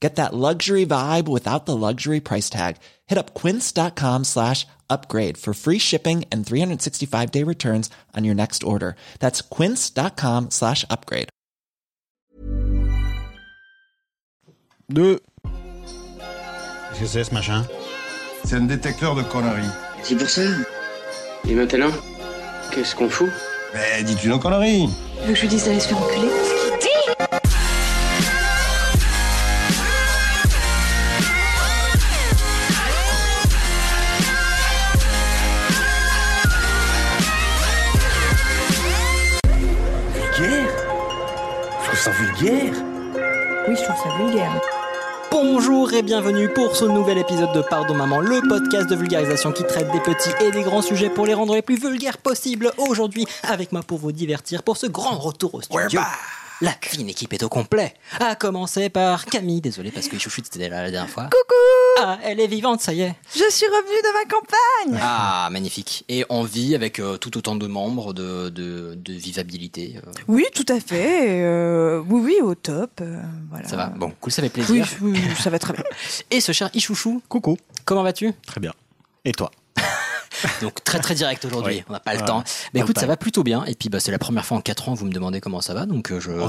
Get that luxury vibe without the luxury price tag. Hit up quince.com slash upgrade for free shipping and 365 day returns on your next order. That's quince.com slash upgrade. 2. Qu'est-ce que c'est ce machin C'est un détecteur de conneries. C'est pour ça. Et maintenant, qu'est-ce qu'on fout Mais dis-tu nos conneries Tu veux que je lui dise d'aller se faire enculer Vulgaire Je trouve ça vulgaire Oui, je trouve ça vulgaire. Bonjour et bienvenue pour ce nouvel épisode de Pardon Maman, le podcast de vulgarisation qui traite des petits et des grands sujets pour les rendre les plus vulgaires possibles. Aujourd'hui, avec moi pour vous divertir pour ce grand retour au studio. La fine équipe est au complet. À commencer par Camille, désolé parce que Chouchou était là la dernière fois. Coucou Ah, elle est vivante, ça y est. Je suis revenue de ma campagne Ah, magnifique. Et en vie avec euh, tout autant de membres de, de, de vivabilité. euh, Oui, tout à fait. euh, oui, oui, au top. euh, voilà. ça va. Bon, cool, ça fait Oui, plaisir. oui, oui, ça va très bien. Et ce cher Ichouchou, Coucou. comment vas-tu Très bien. Et toi Donc très très direct aujourd'hui, Oui. on n'a pas le Ouais. temps. Mais On a écoute, pas ça le- va plutôt bien. Et puis bah, c'est la première fois en 4 ans, vous me demandez comment ça va. Donc euh, je... Oh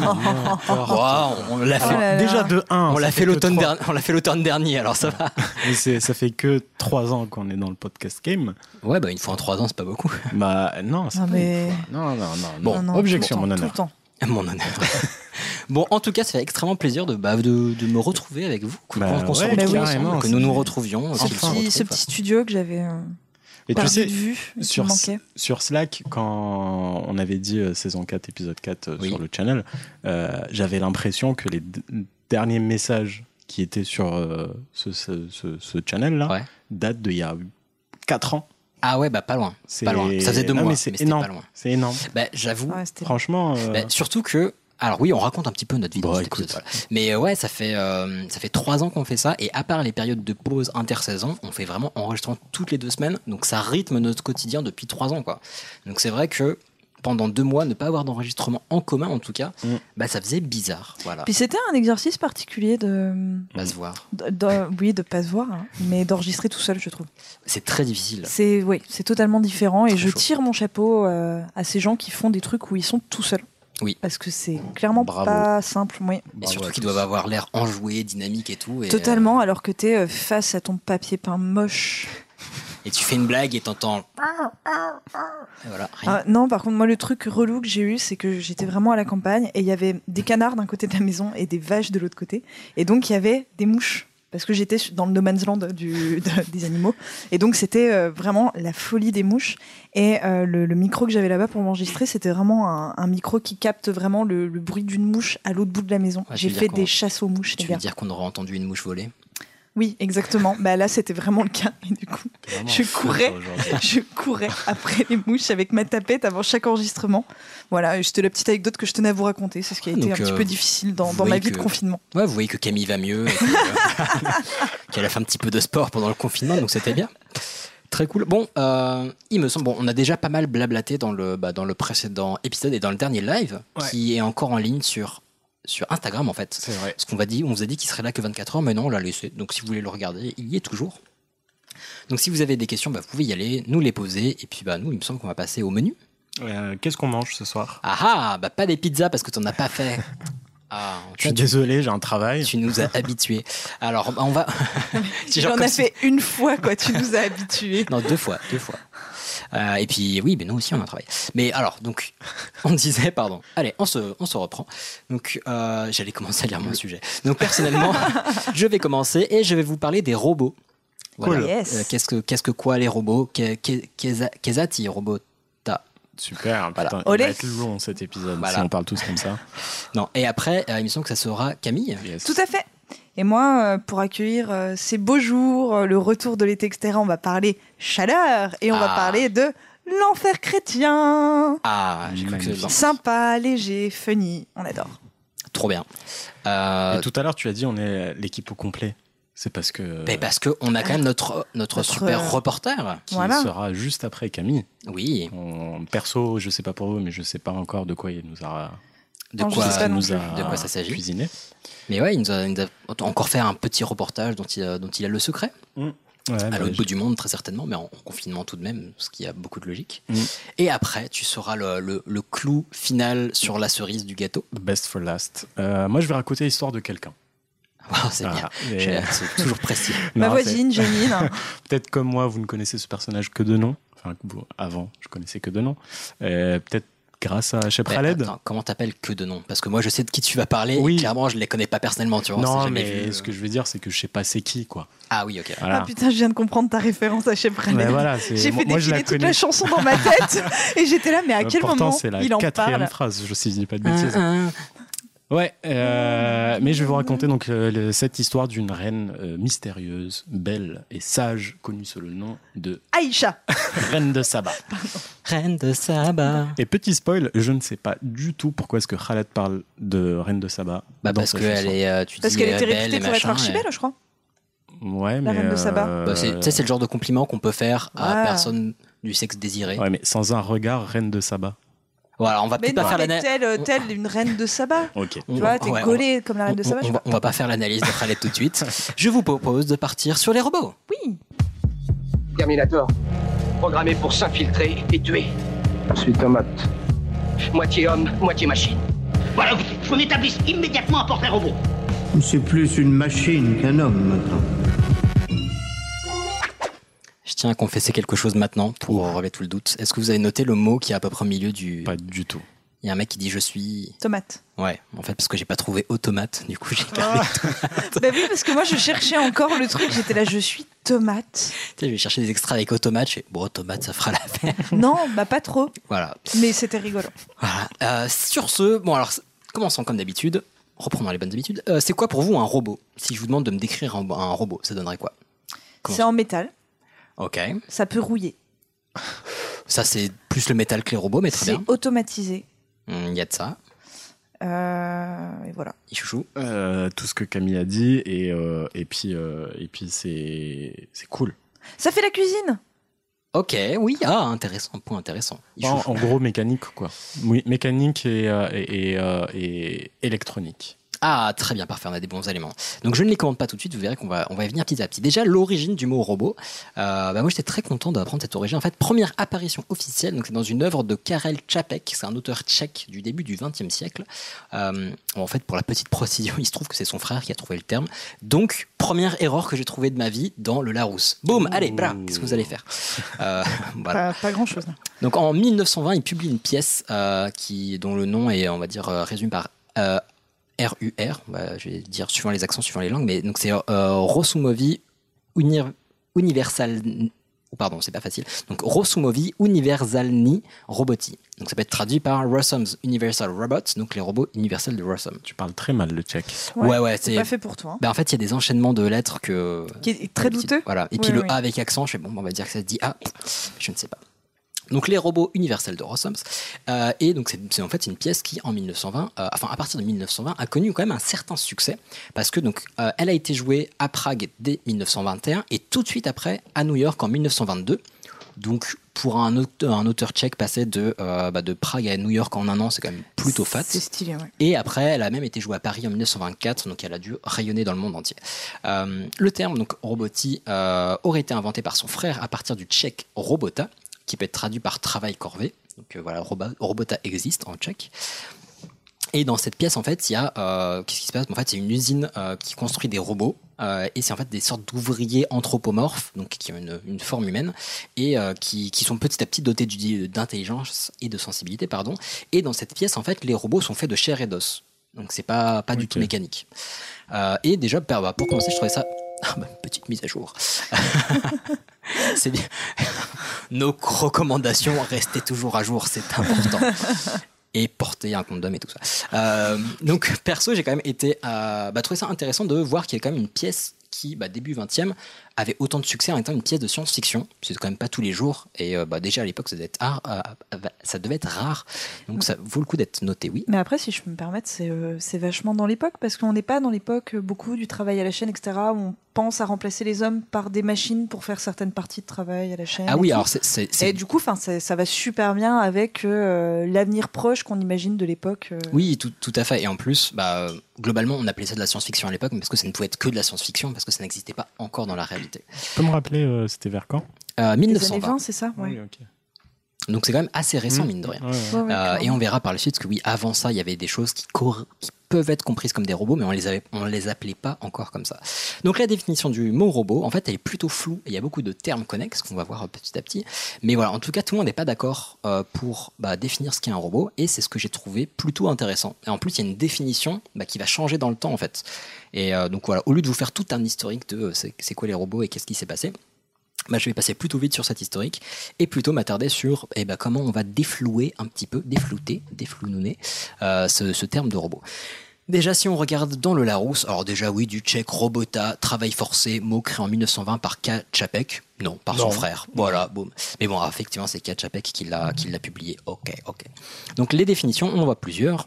non, mais non. Ouah, on on l'a fait. Oh là là. Déjà de 1. On l'a fait l'automne dernier, on l'a fait l'automne dernier, alors ça va. Ça fait que 3 ans qu'on est dans le podcast game. Ouais, bah une fois en trois ans, c'est pas beaucoup. Bah non, c'est Non, pas mais- une fois. Non, non, non. Bon, Non, non, objection, tout le mon temps, honneur. tout le temps. Mon honneur. bon, en tout cas, ça fait extrêmement plaisir de, bah, de, de me retrouver avec vous, qu'on Bah qu'on se ouais, retrouve bah oui, ensemble, carrément, que c'est- nous nous retrouvions. Ce qu'ils se Enfin. petit- retrouvent. ce petit studio que j'avais euh, Et tu perdu sais, de vue, qui sur, me manquait. sur Slack, quand on avait dit euh, saison 4, épisode 4 euh, Oui. sur le channel, euh, j'avais l'impression que les d- derniers messages qui étaient sur euh, ce, ce- ce- ce channel-là Ouais. datent d'il y a 4 ans. Ah ouais, bah pas loin. C'est- Pas loin. Ça faisait deux Non, mois, mais c'est mais c'était énorme. pas loin. C'est énorme. Bah, j'avoue. Ouais, c'était- Franchement, euh, bah, surtout que. Alors oui, on raconte un petit peu notre vie. Bon, dans cet Bah, écoute. épisode, voilà. Mais euh, ouais, ça fait euh, ça fait trois ans qu'on fait ça, et à part les périodes de pause intersaison, on fait vraiment enregistrant toutes les deux semaines, donc ça rythme notre quotidien depuis trois ans, quoi. Donc c'est vrai que pendant deux mois, ne pas avoir d'enregistrement en commun, en tout cas, Mm. bah ça faisait bizarre, voilà. Puis c'était un exercice particulier de, Pas Mm. se voir. de- de- oui, de pas se voir, hein, mais d'enregistrer tout seul, je trouve. C'est très difficile. C'est oui, c'est totalement différent et Très je chaud. tire mon chapeau euh, à ces gens qui font des trucs où ils sont tout seuls. Oui. Parce que c'est clairement Bravo. pas simple, oui. Et bravo surtout à qu'ils tous. doivent avoir l'air enjoué, dynamique et tout. Et, Totalement, alors que t'es euh, face à ton papier peint moche. euh, Et tu fais une blague et t'entends. Et voilà, rien. Ah, non, par contre, moi, le truc relou que j'ai eu, c'est que j'étais vraiment à la campagne et il y avait des canards d'un côté de la maison et des vaches de l'autre côté. Et donc, il y avait des mouches. Parce que j'étais dans le no man's land du- de- des animaux. Et donc, c'était euh, vraiment la folie des mouches. Et euh, le, le micro que j'avais là-bas pour m'enregistrer, c'était vraiment un, un micro qui capte vraiment le, le bruit d'une mouche à l'autre bout de la maison. Ah, tu j'ai veux fait dire qu'on- des chasses aux mouches, les Tu veux gars. dire qu'on aurait entendu une mouche voler Oui, exactement. bah, là, c'était vraiment le cas. Et du coup, T'es vraiment je en feu, courais. toi, aujourd'hui. je courais après les mouches avec ma tapette avant chaque enregistrement. Voilà, et c'était la petite anecdote que je tenais à vous raconter. C'est ce qui a Ah, été donc, un petit euh, peu difficile vous dans, dans voyez ma vie de que- confinement. Ouais, vous voyez que Camille va mieux, et que, euh, qu'elle a fait un petit peu de sport pendant le confinement, donc c'était bien. Très cool. Bon, euh, il me semble, bon, on a déjà pas mal blablaté dans le, bah, dans le précédent épisode et dans le dernier live, Ouais. qui est encore en ligne sur, sur Instagram en fait. C'est vrai. Parce qu'on va dit, on vous a dit qu'il serait là que 24 heures, mais non, on l'a laissé. Donc si vous voulez le regarder, il y est toujours. Donc si vous avez des questions, bah, vous pouvez y aller, nous les poser, et puis bah, nous, il me semble qu'on va passer au menu. Euh, Qu'est-ce qu'on mange ce soir Ah ah, bah pas des pizzas parce que t'en as pas fait. Ah, Je suis tu, désolé, j'ai un travail. tu nous as habitués. Alors, bah, on va. C'est genre J'en comme ai si- fait une fois, quoi. Tu nous as habitués. Non, deux fois, deux fois. Euh, et puis, oui, mais nous aussi, on a travaillé. Mais alors, donc, on disait, pardon. Allez, on se, on se reprend. Donc, euh, j'allais commencer à lire mon sujet. Donc, personnellement, je vais commencer et je vais vous parler des robots. Cool. Yes. Euh, qu'est-ce que, qu'est-ce que quoi les robots Qu'est- qu'est- qu'est- Qu'est-ce robot Super, Voilà. putain, Olé. il va être long cet épisode Voilà. si on parle tous comme ça. Non. Et après, euh, il me semble que ça sera Camille. Yes. Tout à fait. Et moi, euh, pour accueillir euh, ces beaux jours, euh, le retour de l'été, etc., on va parler chaleur et on va Ah. parler de l'enfer chrétien. Ah, j'ai cru que Magnifique. non. Sympa, léger, funny, on adore. Trop bien. Euh, Et tout à l'heure, tu as dit on est l'équipe au complet. C'est parce que euh, ben parce qu'on a quand même notre, notre, Notre, super euh, reporter. qui voilà. sera juste après Camille. Oui. On- perso, je sais pas pour vous, mais je sais pas encore de quoi il nous a, De Non, je quoi, sais pas non nous plus. a de quoi ça s'agit. cuisiné. Mais ouais, il nous, a, il nous a encore fait un petit reportage dont il a, dont il a le secret. Ah, Ouais, à bah, l'autre je- bout du monde, très certainement, mais en confinement tout de même, ce qui a beaucoup de logique. Mm. Et après, tu sauras le, le- le clou final sur la cerise du gâteau. Best for last. Euh, moi, je vais raconter l'histoire de quelqu'un. Wow, c'est bien. Voilà. Et- J'ai- C'est toujours précis. Ma Non, c'est- voisine, Janine. Peut-être comme moi, vous ne connaissez ce personnage que de nom. Enfin, que vous- avant, je connaissais que de nom. Euh, Peut-être grâce à Shep Ouais, Khaled. attends, comment t'appelles que de nom Parce que moi, je sais de qui tu vas parler. Oui. Et clairement, je les connais pas personnellement, tu vois. on s'est Non, jamais mais vu. euh. ce que je veux dire, c'est que je sais pas c'est qui, quoi. Ah oui, ok. Voilà. Ah putain, je viens de comprendre ta référence à Chef René. Mais voilà, c'est- J'ai moi, fait moi, je défiler la toute connais. la chanson dans ma tête et j'étais là, mais à Euh, quel Pourtant, moment c'est la il en quatrième parle Ah, phrase, je sais dis pas de Un, bêtises. un. Ouais, euh, mais je vais vous raconter donc euh, le- cette histoire d'une reine euh, mystérieuse, belle et sage, connue sous le nom de Aïcha. Reine de Saba. Reine de Saba. Et petit spoil, je ne sais pas du tout pourquoi est-ce que Khaled parle de Reine de Saba. Bah dans parce sa qu'elle chanson. est, euh, tu Parce dis, qu'elle euh, était belle et réputée pour être machin, archibelle, et- je crois. Ouais, mais La Reine de Saba. euh, Bah, c'est- tu sais, c'est le genre de compliment qu'on peut faire à Ouais. personne du sexe désiré. Ouais, mais sans un regard, Reine de Saba. Voilà, on va Mais peut-être non, pas faire mais l'ana- telle, euh, telle une reine de Saba. Ok. on- Tu vois, ouais, t'es on- collée comme la On, reine de Saba. on- je sais on va, pas. on va pas faire l'analyse de Khaled tout de suite. Je vous propose de partir sur les robots. Oui. Terminator, programmé pour s'infiltrer et tuer. Je suis tomate. Moitié homme, moitié machine. Voilà, vous- qu'on établisse immédiatement un portrait robot. C'est plus une machine qu'un homme maintenant. Je tiens à confesser quelque chose maintenant pour remettre tout le doute. Est-ce que vous avez noté le mot qui est à peu près au milieu du. Pas du tout. Il y a un mec qui dit je suis. Tomate. Ouais, en fait, parce que j'ai pas trouvé automate, du coup j'ai gardé. bah oui, parce que moi je cherchais encore le truc. J'étais là, je suis tomate. Tu sais, je vais chercher des extras avec automate. Je fais, bon, automate, ça fera l'affaire. Non, bah pas trop. voilà. Mais c'était rigolo. Voilà. Euh, sur ce, bon alors, commençons comme d'habitude. Reprenons les bonnes habitudes. Euh, c'est quoi pour vous un robot Si je vous demande de me décrire un, un robot, ça donnerait quoi Comment C'est en métal. Ok. Ça peut rouiller. Ça, c'est plus le métal que les robots, mais très C'est bien. Hum, automatisé. Il y a de ça. Euh, et voilà. Il chouchou. Euh, tout ce que Camille a dit, et, euh, et puis, euh, et puis c'est c'est cool. Ça fait la cuisine. Ok, oui, ah, intéressant, point intéressant. Il En, chouchou. en gros, mécanique, quoi. Oui, mécanique et, euh, et, et, euh, et électronique. Ah, très bien, parfait, on a des bons éléments. Donc je ne les commande pas tout de suite, vous verrez qu'on va, on va y venir petit à petit. Déjà, l'origine du mot robot. Euh, bah, moi, j'étais très content d'apprendre cette origine. En fait, première apparition officielle, donc c'est dans une œuvre de Karel Čapek, c'est un auteur tchèque du début du XXe siècle. Euh, bon, en fait, pour la petite précision, il se trouve que c'est son frère qui a trouvé le terme. Donc, première erreur que j'ai trouvée de ma vie dans le Larousse. Boum, allez, bra, qu'est-ce que vous allez faire Euh, voilà. Pas, grand chose. Donc en 1920, il publie une pièce euh, qui, dont le nom est, on va dire, euh, résumé par euh, RUR. Bah, je vais dire suivant les accents, suivant les langues, mais donc c'est euh, Rosumovi Uni- Universal. oh, Pardon, c'est pas facile. Donc Rosumovi Universalni Roboti. Donc ça peut être traduit par Rossum's Universal Robots, donc les robots universels de Rossum. Tu parles très mal le tchèque. Ouais, Ouais, ouais, C'est c'est. pas fait pour toi. hein. Bah, en fait, il y a des enchaînements de lettres que Qui est très douteux. voilà. Et Oui, puis le oui. A avec accent, je fais bon, on va dire que ça se dit A, je ne sais pas. Donc les robots universels de Rossums. Euh, et donc c'est c'est en fait une pièce qui, en 1920, euh, enfin à partir de 1920, a connu quand même un certain succès parce que donc euh, elle a été jouée à Prague dès 1921 et tout de suite après à New York en 1922. Donc pour un auteur, un auteur tchèque passer de, euh, bah, de Prague à New York en un an, c'est quand même plutôt fat. C'est stylé, ouais. Et après, elle a même été jouée à Paris en 1924, donc elle a dû rayonner dans le monde entier. Euh, le terme, donc roboti, euh, aurait été inventé par son frère à partir du tchèque robota, qui peut être traduit par travail corvée. Donc euh, voilà, roba- robota existe en tchèque. Et dans cette pièce, en fait, il y a. euh, Qu'est-ce qui se passe En fait, c'est une usine euh, qui construit des robots. euh, et c'est en fait des sortes d'ouvriers anthropomorphes, donc qui ont une, une forme humaine, et euh, qui, qui sont petit à petit dotés du- d'intelligence et de sensibilité, pardon. Et dans cette pièce, en fait, les robots sont faits de chair et d'os. Donc c'est pas, pas du Ok. tout mécanique. Euh, et déjà, bah, bah, pour commencer, je trouvais ça. Ah, bah, petite mise à jour. c'est bien. Nos recommandations, restez toujours à jour, c'est important. et porter un condom et tout ça. Euh, donc perso, j'ai quand même été à bah, trouvé ça intéressant de voir qu'il y a quand même une pièce qui, bah, début 20e, avait autant de succès en étant une pièce de science-fiction. C'est quand même pas tous les jours. Et euh, bah, déjà à l'époque, ça, devait être rare, euh, ça devait être rare. Donc ça vaut le coup d'être noté, oui. Mais après, si je peux me permettre, c'est euh, c'est vachement dans l'époque, parce qu'on n'est pas dans l'époque euh, beaucoup du travail à la chaîne, etc., où on pense à remplacer les hommes par des machines pour faire certaines parties de travail à la chaîne. Ah et oui, tout. alors c'est- c'est. c'est- Et du coup, 'fin, ça, ça va super bien avec euh, l'avenir proche qu'on imagine de l'époque. euh. Oui, tout, tout à fait. Et en plus, bah, euh, globalement, on appelait ça de la science-fiction à l'époque, mais parce que ça ne pouvait être que de la science-fiction, parce que ça n'existait pas encore dans la réalité. Tu peux me rappeler, euh, c'était vers quand Euh, Les 1920. années 20, c'est ça ouais. Oui, euh, ok. Donc c'est quand même assez récent, Mmh. mine de rien. Ouais, ouais. Ouais, ouais, Euh, clairement. et on verra par la suite que oui, avant ça, il y avait des choses qui, cor- qui peuvent être comprises comme des robots, mais on les avait, on les appelait pas encore comme ça. Donc la définition du mot robot, en fait, elle est plutôt floue. et Il y a beaucoup de termes connexes qu'on va voir euh, petit à petit. Mais voilà, en tout cas, tout le monde n'est pas d'accord euh, pour bah, définir ce qu'est un robot, et c'est ce que j'ai trouvé plutôt intéressant. Et en plus, il y a une définition bah, qui va changer dans le temps, en fait. Et euh, donc voilà, au lieu de vous faire tout un historique de euh, c'est c'est quoi les robots et qu'est-ce qui s'est passé. Bah, je vais passer plutôt vite sur cet historique et plutôt m'attarder sur eh ben, comment on va déflouer un petit peu, déflouter, déflouner euh, ce, ce terme de robot. Déjà, si on regarde dans le Larousse, alors déjà oui, du tchèque robota, travail forcé, mot créé en 1920 par K. Čapek, non, par son Non. frère, voilà, boum. Mais bon, effectivement, c'est K. Čapek qui l'a qui l'a publié, ok, ok. Donc les définitions, on en voit plusieurs.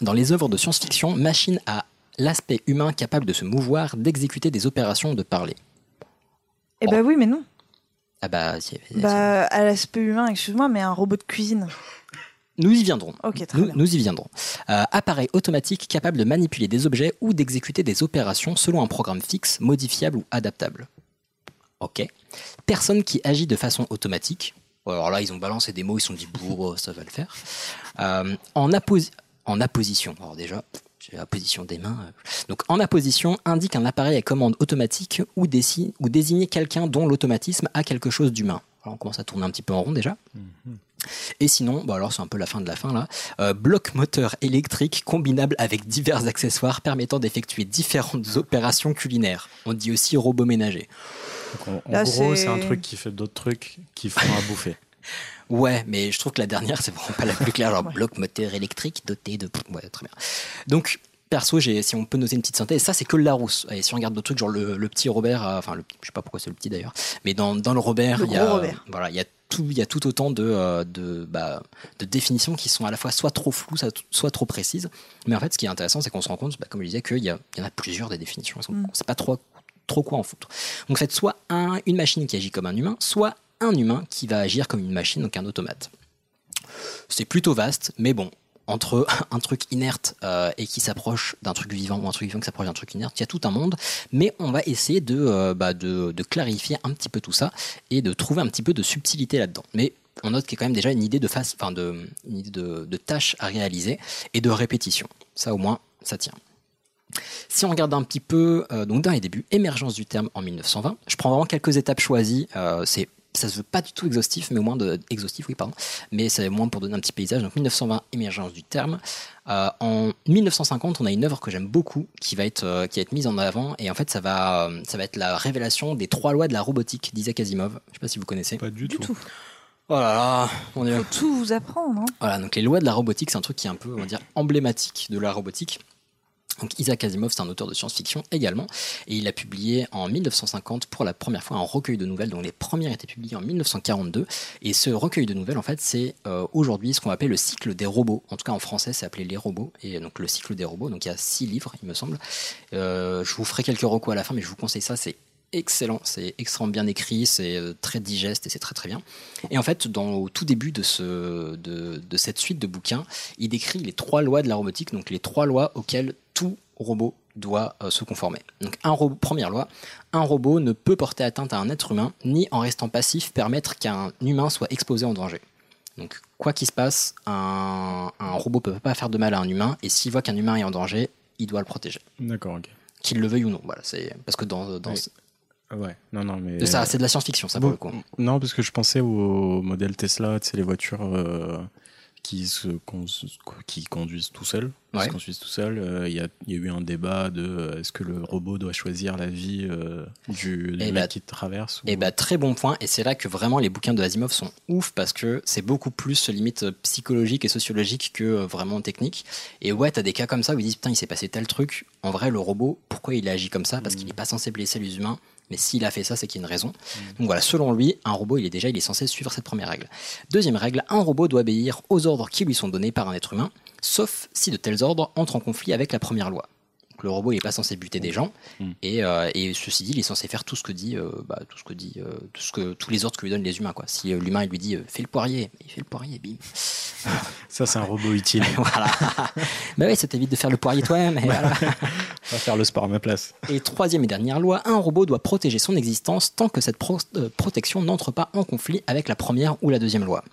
Dans les œuvres de science-fiction, machine à l'aspect humain capable de se mouvoir, d'exécuter des opérations, de parler. Eh ben oui, mais non. Ah bah, si, si, si. Bah, à l'aspect humain, excuse-moi, mais un robot de cuisine. nous y viendrons. Ok, très Nous, bien. nous y viendrons. Euh, appareil automatique capable de manipuler des objets ou d'exécuter des opérations selon un programme fixe, modifiable ou adaptable. Ok. Personne qui agit de façon automatique. Alors là, ils ont balancé des mots, ils se sont dit, Bon, ça va le faire. Euh, en, apposi- en apposition. Alors déjà, j'ai la position des mains. euh. Donc en apposition indique un appareil à commande automatique ou, dési- ou désigner quelqu'un dont l'automatisme a quelque chose d'humain. Alors on commence à tourner un petit peu en rond déjà. Et sinon, bah alors c'est un peu la fin de la fin là. Euh, bloc moteur électrique combinable avec divers accessoires permettant d'effectuer différentes opérations culinaires. On dit aussi robot ménager. Donc, en- en Là, gros, c'est c'est- un truc qui fait d'autres trucs qui font à bouffer. Ouais, mais je trouve que la dernière, c'est vraiment pas la plus claire. Genre bloc moteur électrique doté de. Ouais, très bien. Donc, perso, j'ai, si on peut noter une petite synthèse, ça, c'est que le Larousse. Et si on regarde d'autres trucs, genre le, le petit Robert, euh, enfin, le, je sais pas pourquoi c'est le petit d'ailleurs, mais dans, dans le Robert, Le il y a. gros Robert. Voilà, il y a tout, il y a tout autant de, euh, de, bah, de définitions qui sont à la fois soit trop floues, soit- soit trop précises. Mais en fait, ce qui est intéressant, c'est qu'on se rend compte, bah, comme je disais, qu'il y, a- il y en a plusieurs des définitions. On Mm. ne sait pas trop, trop quoi en foutre. Donc, faites soit un- une machine qui agit comme un humain, soit un humain qui va agir comme une machine, donc un automate. C'est plutôt vaste, mais bon, entre un truc inerte euh, et qui s'approche d'un truc vivant ou un truc vivant qui s'approche d'un truc inerte, il y a tout un monde. Mais on va essayer de, euh, bah, de, de clarifier un petit peu tout ça et de trouver un petit peu de subtilité là-dedans. Mais on note qu'il y a quand même déjà une idée de face, enfin de, une idée de, de tâches à réaliser et de répétition. Ça au moins, ça tient. Si on regarde un petit peu, euh, donc dans les débuts, émergence du terme en 1920, je prends vraiment quelques étapes choisies. euh, c'est ça se veut pas du tout exhaustif, mais au moins de, exhaustif, oui, pardon. Mais c'est au moins pour donner un petit paysage. Donc 1920, émergence du terme. Euh, en 1950, on a une œuvre que j'aime beaucoup qui va être euh, qui va être mise en avant et en fait ça va euh, ça va être la révélation des trois lois de la robotique d'Isaac Asimov. Je sais pas si vous connaissez. Pas du, Du tout. Oh là là, on est Faut tout vous apprendre. hein. voilà, donc les lois de la robotique, c'est un truc qui est un peu, on va dire, emblématique de la robotique. Donc Isaac Asimov, c'est un auteur de science-fiction également, et il a publié en 1950 pour la première fois un recueil de nouvelles, dont les premières étaient publiées en 1942. Et ce recueil de nouvelles, en fait, c'est euh, aujourd'hui ce qu'on appelle le cycle des robots. En tout cas, en français, c'est appelé les robots, et donc le cycle des robots. Donc il y a six livres, il me semble. Euh, je vous ferai quelques recos à la fin, mais je vous conseille ça, c'est excellent, c'est extrêmement bien écrit, c'est euh, très digeste et c'est très très bien. Et en fait, dans, au tout début de, ce, de, de cette suite de bouquins, il décrit les trois lois de la robotique, donc les trois lois auxquelles tout robot doit euh, se conformer. Donc, un robot, première loi, un robot ne peut porter atteinte à un être humain, ni en restant passif permettre qu'un humain soit exposé en danger. Donc, quoi qu'il se passe, un, un robot peut pas faire de mal à un humain, et s'il voit qu'un humain est en danger, il doit le protéger, D'accord, ok. qu'il le veuille ou non. Voilà, c'est parce que dans, dans Oui. Ah Ouais, non, non, mais. ça, c'est de la science-fiction, ça pour Bon, le coup. Non, parce que je pensais au modèle Tesla, c'est les voitures euh, qui se cons- qui conduisent tout seuls, qui Ouais. se conduisent tout seuls. Euh, Il y, a, il y a eu un débat de euh, est-ce que le robot doit choisir la vie euh, du, du Eh mec bah- qui traverse ou- Et bah très bon point, et c'est là que vraiment les bouquins de Asimov sont ouf parce que c'est beaucoup plus limite euh, psychologique et sociologique que euh, vraiment technique. Et ouais, t'as des cas comme ça où ils disent putain, il s'est passé tel truc. En vrai, le robot, pourquoi il agit comme ça Parce qu'il n'est pas censé blesser les humains, mais s'il a fait ça, c'est qu'il y a une raison. Donc voilà, selon lui, un robot, il est déjà, il est censé suivre cette première règle. Deuxième règle, un robot doit obéir aux ordres qui lui sont donnés par un être humain, sauf si de tels ordres entrent en conflit avec la première loi. Donc, le robot, il n'est pas censé buter des gens. Mm. Et, euh, et ceci dit, il est censé faire tout ce que dit, euh, bah, tout ce que dit, euh, tout ce que tous les ordres que lui donnent les humains. Quoi. Si euh, l'humain il lui dit euh, fais le poirier, il fait le poirier, bim. Ça, c'est un robot utile. voilà. bah oui, ça t'évite de faire le poirier toi-même. et voilà. On va faire le sport à ma place. Et troisième et dernière loi, un robot doit protéger son existence tant que cette pro- euh, protection n'entre pas en conflit avec la première ou la deuxième loi.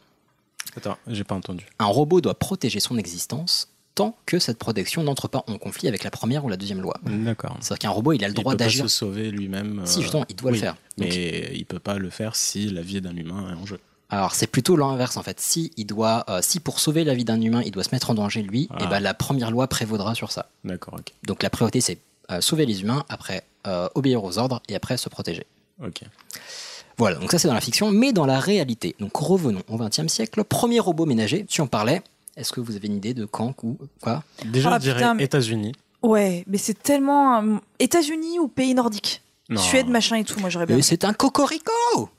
Attends, j'ai pas entendu. Un robot doit protéger son existence tant que cette protection n'entre pas en conflit avec la première ou la deuxième loi. D'accord. C'est-à-dire qu'un robot, il a le droit il peut d'agir. pas se sauver lui-même. euh, Si, justement, il doit le oui, faire. Donc, Mais il peut pas le faire si la vie d'un humain est en jeu. Alors c'est plutôt l'inverse en fait. Si il doit, euh, si pour sauver la vie d'un humain, il doit se mettre en danger lui, Ah. et ben la première loi prévaudra sur ça. D'accord, ok. Donc la priorité c'est euh, sauver les humains, après euh, obéir aux ordres et après se protéger. Ok. Voilà, donc ça c'est dans la fiction, mais dans la réalité. Donc revenons au XXe siècle. Premier robot ménager, tu en parlais. Est-ce que vous avez une idée de quand ou quoi Déjà, Ah, je dirais putain, mais- États-Unis. Ouais, mais c'est tellement. euh, États-Unis ou pays nordique Non. Suède, machin et tout, moi j'aurais bien. Et Euh, c'est un cocorico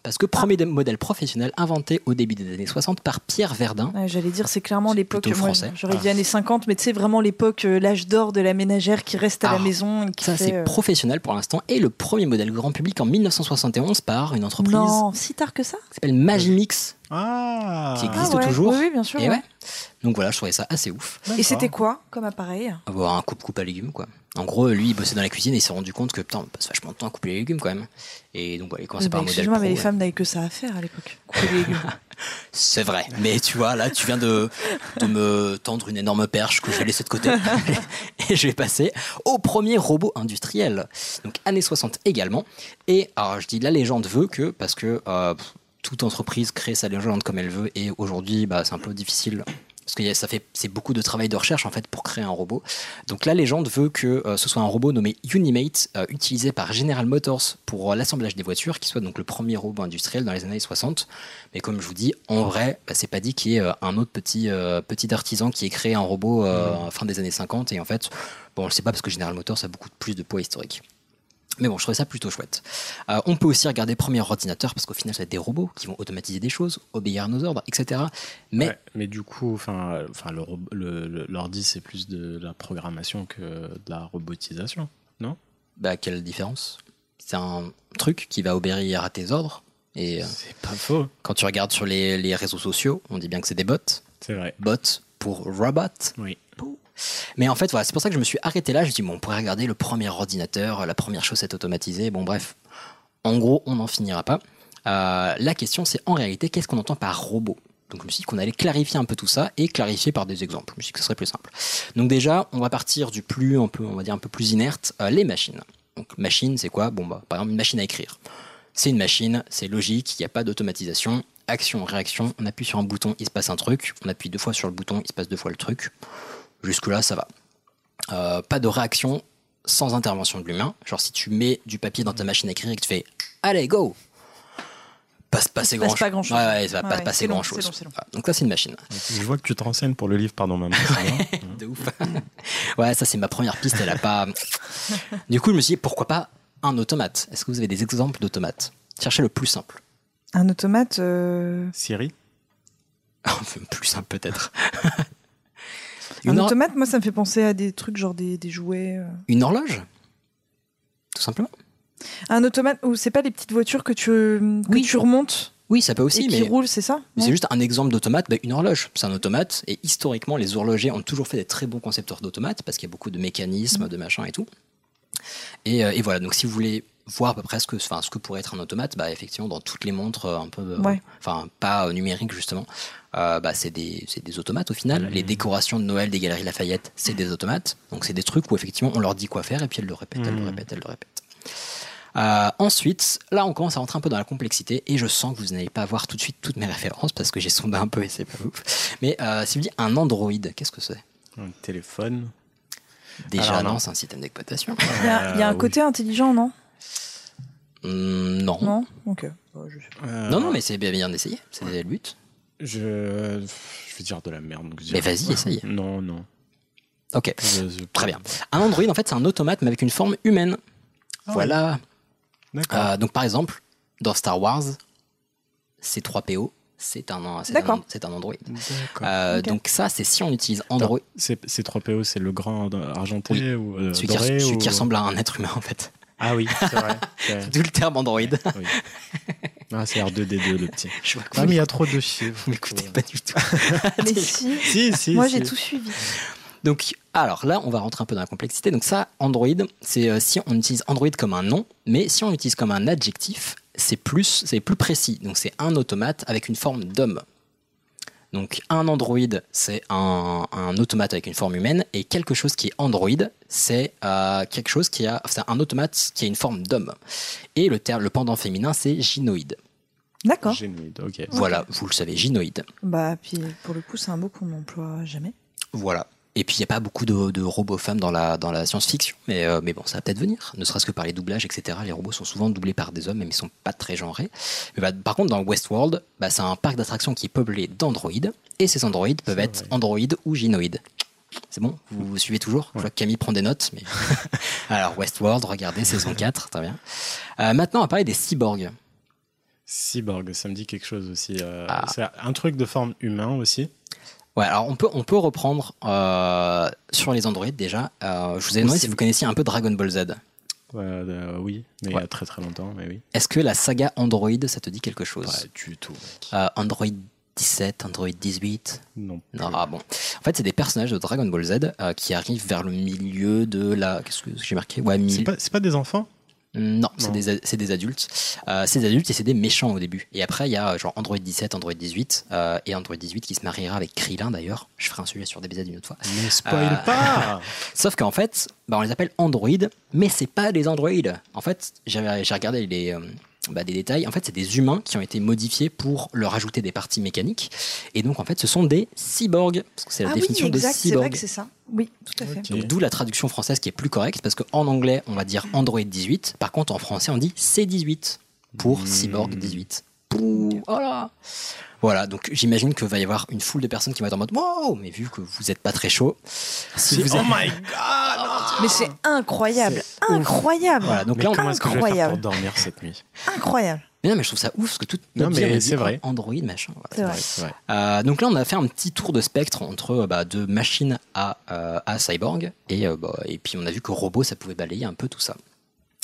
Parce que premier modèle professionnel inventé au début des années 60 par Pierre Verdun, Ouais, J'allais dire, c'est clairement C'est l'époque. plutôt moi, français. J'aurais dit Ah. années 50, mais tu sais, vraiment l'époque, euh, l'âge d'or de la ménagère qui reste à la Ah, maison. Et qui ça fait, c'est euh, professionnel pour l'instant, et le premier modèle grand public en 1971 par une entreprise Non, si tard que ça qui s'appelle Magimix. Ah Qui existe Ah ouais, toujours. Oui, oui, bien sûr. Et ouais. ouais. Donc voilà, je trouvais ça assez ouf. Et c'était quoi comme appareil Avoir un coupe-coupe à légumes, quoi. En gros, lui, il bossait dans la cuisine et il s'est rendu compte que putain, on passe vachement de temps à couper les légumes quand même. Et donc, voilà, il commençait Eh ben, par Oh, un modèle. Excuse-moi, mais pro, les ouais. femmes n'avaient que ça à faire à l'époque. Couper les légumes. C'est vrai. Mais tu vois, là, tu viens de, de me tendre une énorme perche que j'ai laissée de côté. et je vais passer au premier robot industriel. Donc, années 60 également. Et alors, je dis, la légende veut que, parce que euh, pff, toute entreprise crée sa légende comme elle veut. Et aujourd'hui, bah, c'est un peu difficile. Parce que y a- ça fait, c'est beaucoup de travail de recherche en fait pour créer un robot. Donc la légende veut que euh, ce soit un robot nommé Unimate, euh, utilisé par General Motors pour euh, l'assemblage des voitures, qui soit donc le premier robot industriel dans les années 60. Mais comme je vous dis, en vrai, bah, c'est pas dit qu'il y ait euh, un autre petit, euh, petit artisan qui ait créé un robot euh, fin des années 50. Et en fait, bon, on le sait pas parce que General Motors a beaucoup de- plus de poids historique. Mais bon, je trouvais ça plutôt chouette. Euh, on peut aussi regarder premier ordinateur parce qu'au final, ça va être des robots qui vont automatiser des choses, obéir à nos ordres, etc. Mais Ouais, mais du coup, enfin, euh, enfin, le rob- le- le- l'ordi, c'est plus de la programmation que de la robotisation. Bah, quelle différence C'est un truc qui va obéir à tes ordres. Et euh, C'est pas faux. quand tu regardes sur les, les réseaux sociaux, on dit bien que c'est des bots. C'est vrai. Bots pour robot. Oui. Mais en fait, voilà, c'est pour ça que je me suis arrêté là. Je me dis, bon, on pourrait regarder le premier ordinateur, la première chaussette automatisée. Bon, bref. En gros, on n'en finira pas. Euh, la question, c'est en réalité, qu'est-ce qu'on entend par robot Donc, je me suis dit qu'on allait clarifier un peu tout ça et clarifier par des exemples. Je me suis dit que ce serait plus simple. Donc, déjà, on va partir du plus, un peu, on va dire un peu plus inerte, euh, les machines. Donc, machine, c'est quoi Bon, bah, par exemple, une machine à écrire. C'est une machine, c'est logique, il n'y a pas d'automatisation. Action, réaction, on appuie sur un bouton, il se passe un truc. On appuie deux fois sur le bouton, il se passe deux fois le truc. Jusque-là, ça va. Euh, pas de réaction sans intervention de l'humain. Genre, si tu mets du papier dans ta machine à écrire et que tu fais Allez, go Pas se passer Il se passe pas grand-chose. grand-chose. Ouais, ouais, ça va pas Ouais, ouais, se passer c'est long, grand-chose. c'est long, c'est long. Voilà. Donc, ça, c'est une machine. Je vois que tu te renseignes pour le livre, pardon, maman. c'est bien. De ouf. ouais, ça c'est ma première piste, elle a pas. Du coup, je me suis dit pourquoi pas un automate Est-ce que vous avez des exemples d'automates Cherchez le plus simple. Un automate. euh, Siri le plus simple peut-être. Un une, hor- automate, moi, ça me fait penser à des trucs genre des, des jouets. euh. une horloge Tout simplement. Un automate où c'est pas les petites voitures que tu, que Oui. tu remontes Oui, ça peut et aussi, qui mais. roulent, c'est ça mais Ouais. C'est juste un exemple d'automate, bah, une horloge. C'est un automate, et historiquement, les horlogers ont toujours fait des très bons concepteurs d'automates, parce qu'il y a beaucoup de Mmh. mécanismes, de machins et tout. Et, euh, et voilà, donc si vous voulez voir à peu près ce que, enfin, ce que pourrait être un automate, bah, effectivement, dans toutes les montres euh, un peu, euh, Ouais. enfin, pas euh, numériques justement, euh, bah, c'est des, c'est des automates au final. Les décorations de Noël des Galeries Lafayette, c'est des automates. Donc c'est des trucs où effectivement on leur dit quoi faire et puis elles le répètent, elles le Mhm. répètent, elles le répètent. Euh, ensuite, là, on commence à rentrer un peu dans la complexité et je sens que vous n'allez pas voir tout de suite toutes mes références parce que j'ai sondé un peu et c'est pas ouf. Mais euh, si vous dites un Android, qu'est-ce que c'est Un téléphone. Déjà, Alors, non. non, c'est un système d'exploitation. Il y a, il y a un euh, oui. côté intelligent, non Hum, non. non. Non Ok. Bon, je sais pas. Euh, Non, mais c'est bien, bien d'essayer. C'est le but. Je, je vais dire de la merde. donc je Mais dirais- vas-y, essaye. Non, non. Ok. Je- je- Très bien. Un androïde, en fait, c'est un automate, mais avec une forme humaine. Ah voilà. D'accord. Euh, donc, par exemple, dans Star Wars, C3PO, c'est un, c'est un, D'accord. c'est un androïde. D'accord. Euh, Ok. Donc, ça, c'est si on utilise Android, C'est c'est 3PO, c'est le grand argenté ou euh, celui, qui, doré celui ou- qui ressemble à un être humain, en fait. Ah oui, c'est vrai. C'est- D'où le terme android. oui. Ah, c'est R2D2 le petit. Je vois que Ah, vous mais il y a trop de chiffres. vous m'écoutez pas du tout. Mais si, Si, si. moi si. j'ai tout suivi. Donc, alors là, on va rentrer un peu dans la complexité. Donc ça, Android, c'est euh, si on utilise Android comme un nom, mais si on l'utilise comme un adjectif, c'est plus, c'est plus précis. Donc c'est un automate avec une forme d'homme. Donc un Android, c'est un, un automate avec une forme humaine, et quelque chose qui est Android, c'est euh, quelque chose qui a, c'est un automate qui a une forme d'homme. Et le terme, le pendant féminin, c'est gynoïde. D'accord. Génoïde, ok. Voilà, vous le savez, gynoïde. Bah, puis pour le coup, c'est un mot qu'on n'emploie jamais. Voilà. Et puis, il n'y a pas beaucoup de, de robots femmes dans la, dans la science-fiction. Mais, euh, mais bon, ça va peut-être venir. Ne serait-ce que par les doublages, etc. Les robots sont souvent doublés par des hommes, même ils ne sont pas très genrés. Mais bah, par contre, dans Westworld, bah, c'est un parc d'attractions qui est peuplé d'androïdes. Et ces androïdes peuvent être androïdes ou gynoïdes. C'est bon vous, vous suivez toujours Je vois que Camille prend des notes. Mais... Alors, Westworld, regardez, saison 4. Très bien. Euh, maintenant, on va parler des cyborgs. Cyborg, ça me dit quelque chose aussi. euh, Ah. C'est un truc de forme humain aussi. Ouais, alors on peut, on peut reprendre euh, sur les androïdes déjà. Euh, je vous ai demandé si vous connaissiez un peu Dragon Ball Z. Ouais, euh, oui, mais il y Ouais. a très très longtemps, mais oui. Est-ce que la saga Android, ça te dit quelque chose Pas du tout. mec. Euh, Android 17, Android 18 Non. Non, ah bon. En fait, c'est des personnages de Dragon Ball Z euh, qui arrivent vers le milieu de la. Qu'est-ce que j'ai marqué Ouais, mi- C'est pas, c'est pas des enfants Non, c'est Non. des, a- c'est des adultes. Euh, c'est des adultes et c'est des méchants au début. Et après, il y a euh, genre Android 17, Android 18 euh, et Android 18 qui se mariera avec Krillin d'ailleurs. Je ferai un sujet sur DBZ une autre fois. Ne spoil Euh, pas Sauf qu'en fait, bah, on les appelle androïdes, mais c'est pas des androïdes. En fait, j'ai j'ai regardé les, euh, bah, des détails. En fait, c'est des humains qui ont été modifiés pour leur ajouter des parties mécaniques. Et donc, en fait, ce sont des cyborgs, parce que c'est la définition de Ah c'est vrai cyborg. que c'est ça. Oui, tout à fait. Ok. Donc, d'où la traduction française qui est plus correcte, parce qu'en anglais, on va dire Android 18. Par contre, en français, on dit C18 pour Cyborg 18. Pouh, oh là. Voilà, donc j'imagine que va y avoir une foule de personnes qui vont être en mode Wow Mais vu que vous n'êtes pas très chaud, si vous Oh êtes- my god Mais c'est incroyable, incroyable, Voilà, donc Mais là, on- comment est-ce que je vais faire pour incroyable. dormir cette nuit incroyable. Mais non, mais je trouve ça ouf parce que tout. Non, notre mais vie, on a c'est dit, vrai. oh, Android, machin. voilà. C'est vrai. C'est vrai. Euh, donc là, on a fait un petit tour de spectre entre euh, bah, de machine à, euh, à cyborg. Et, euh, bah, et puis, on a vu que robot, ça pouvait balayer un peu tout ça.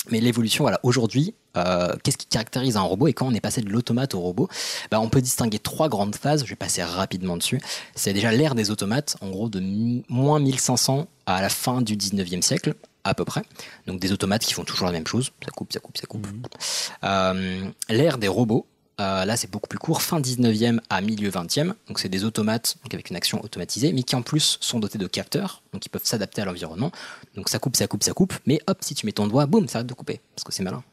Mais l'évolution, voilà, aujourd'hui, euh, qu'est-ce qui caractérise un robot Et quand on est passé de l'automate au robot, bah, on peut distinguer trois grandes phases. Je vais passer rapidement dessus. C'est déjà l'ère des automates, en gros de mi- moins 1500 à la fin du 19e siècle, à peu près. Donc des automates qui font toujours la même chose. Ça coupe, ça coupe, ça coupe. Euh, l'ère des robots. euh, là, c'est beaucoup plus court, fin 19e à milieu 20e. Donc, c'est des automates donc avec une action automatisée, mais qui en plus sont dotés de capteurs, donc ils peuvent s'adapter à l'environnement. Donc, ça coupe, ça coupe, ça coupe, mais hop, si tu mets ton doigt, boum, ça arrête de couper, parce que c'est malin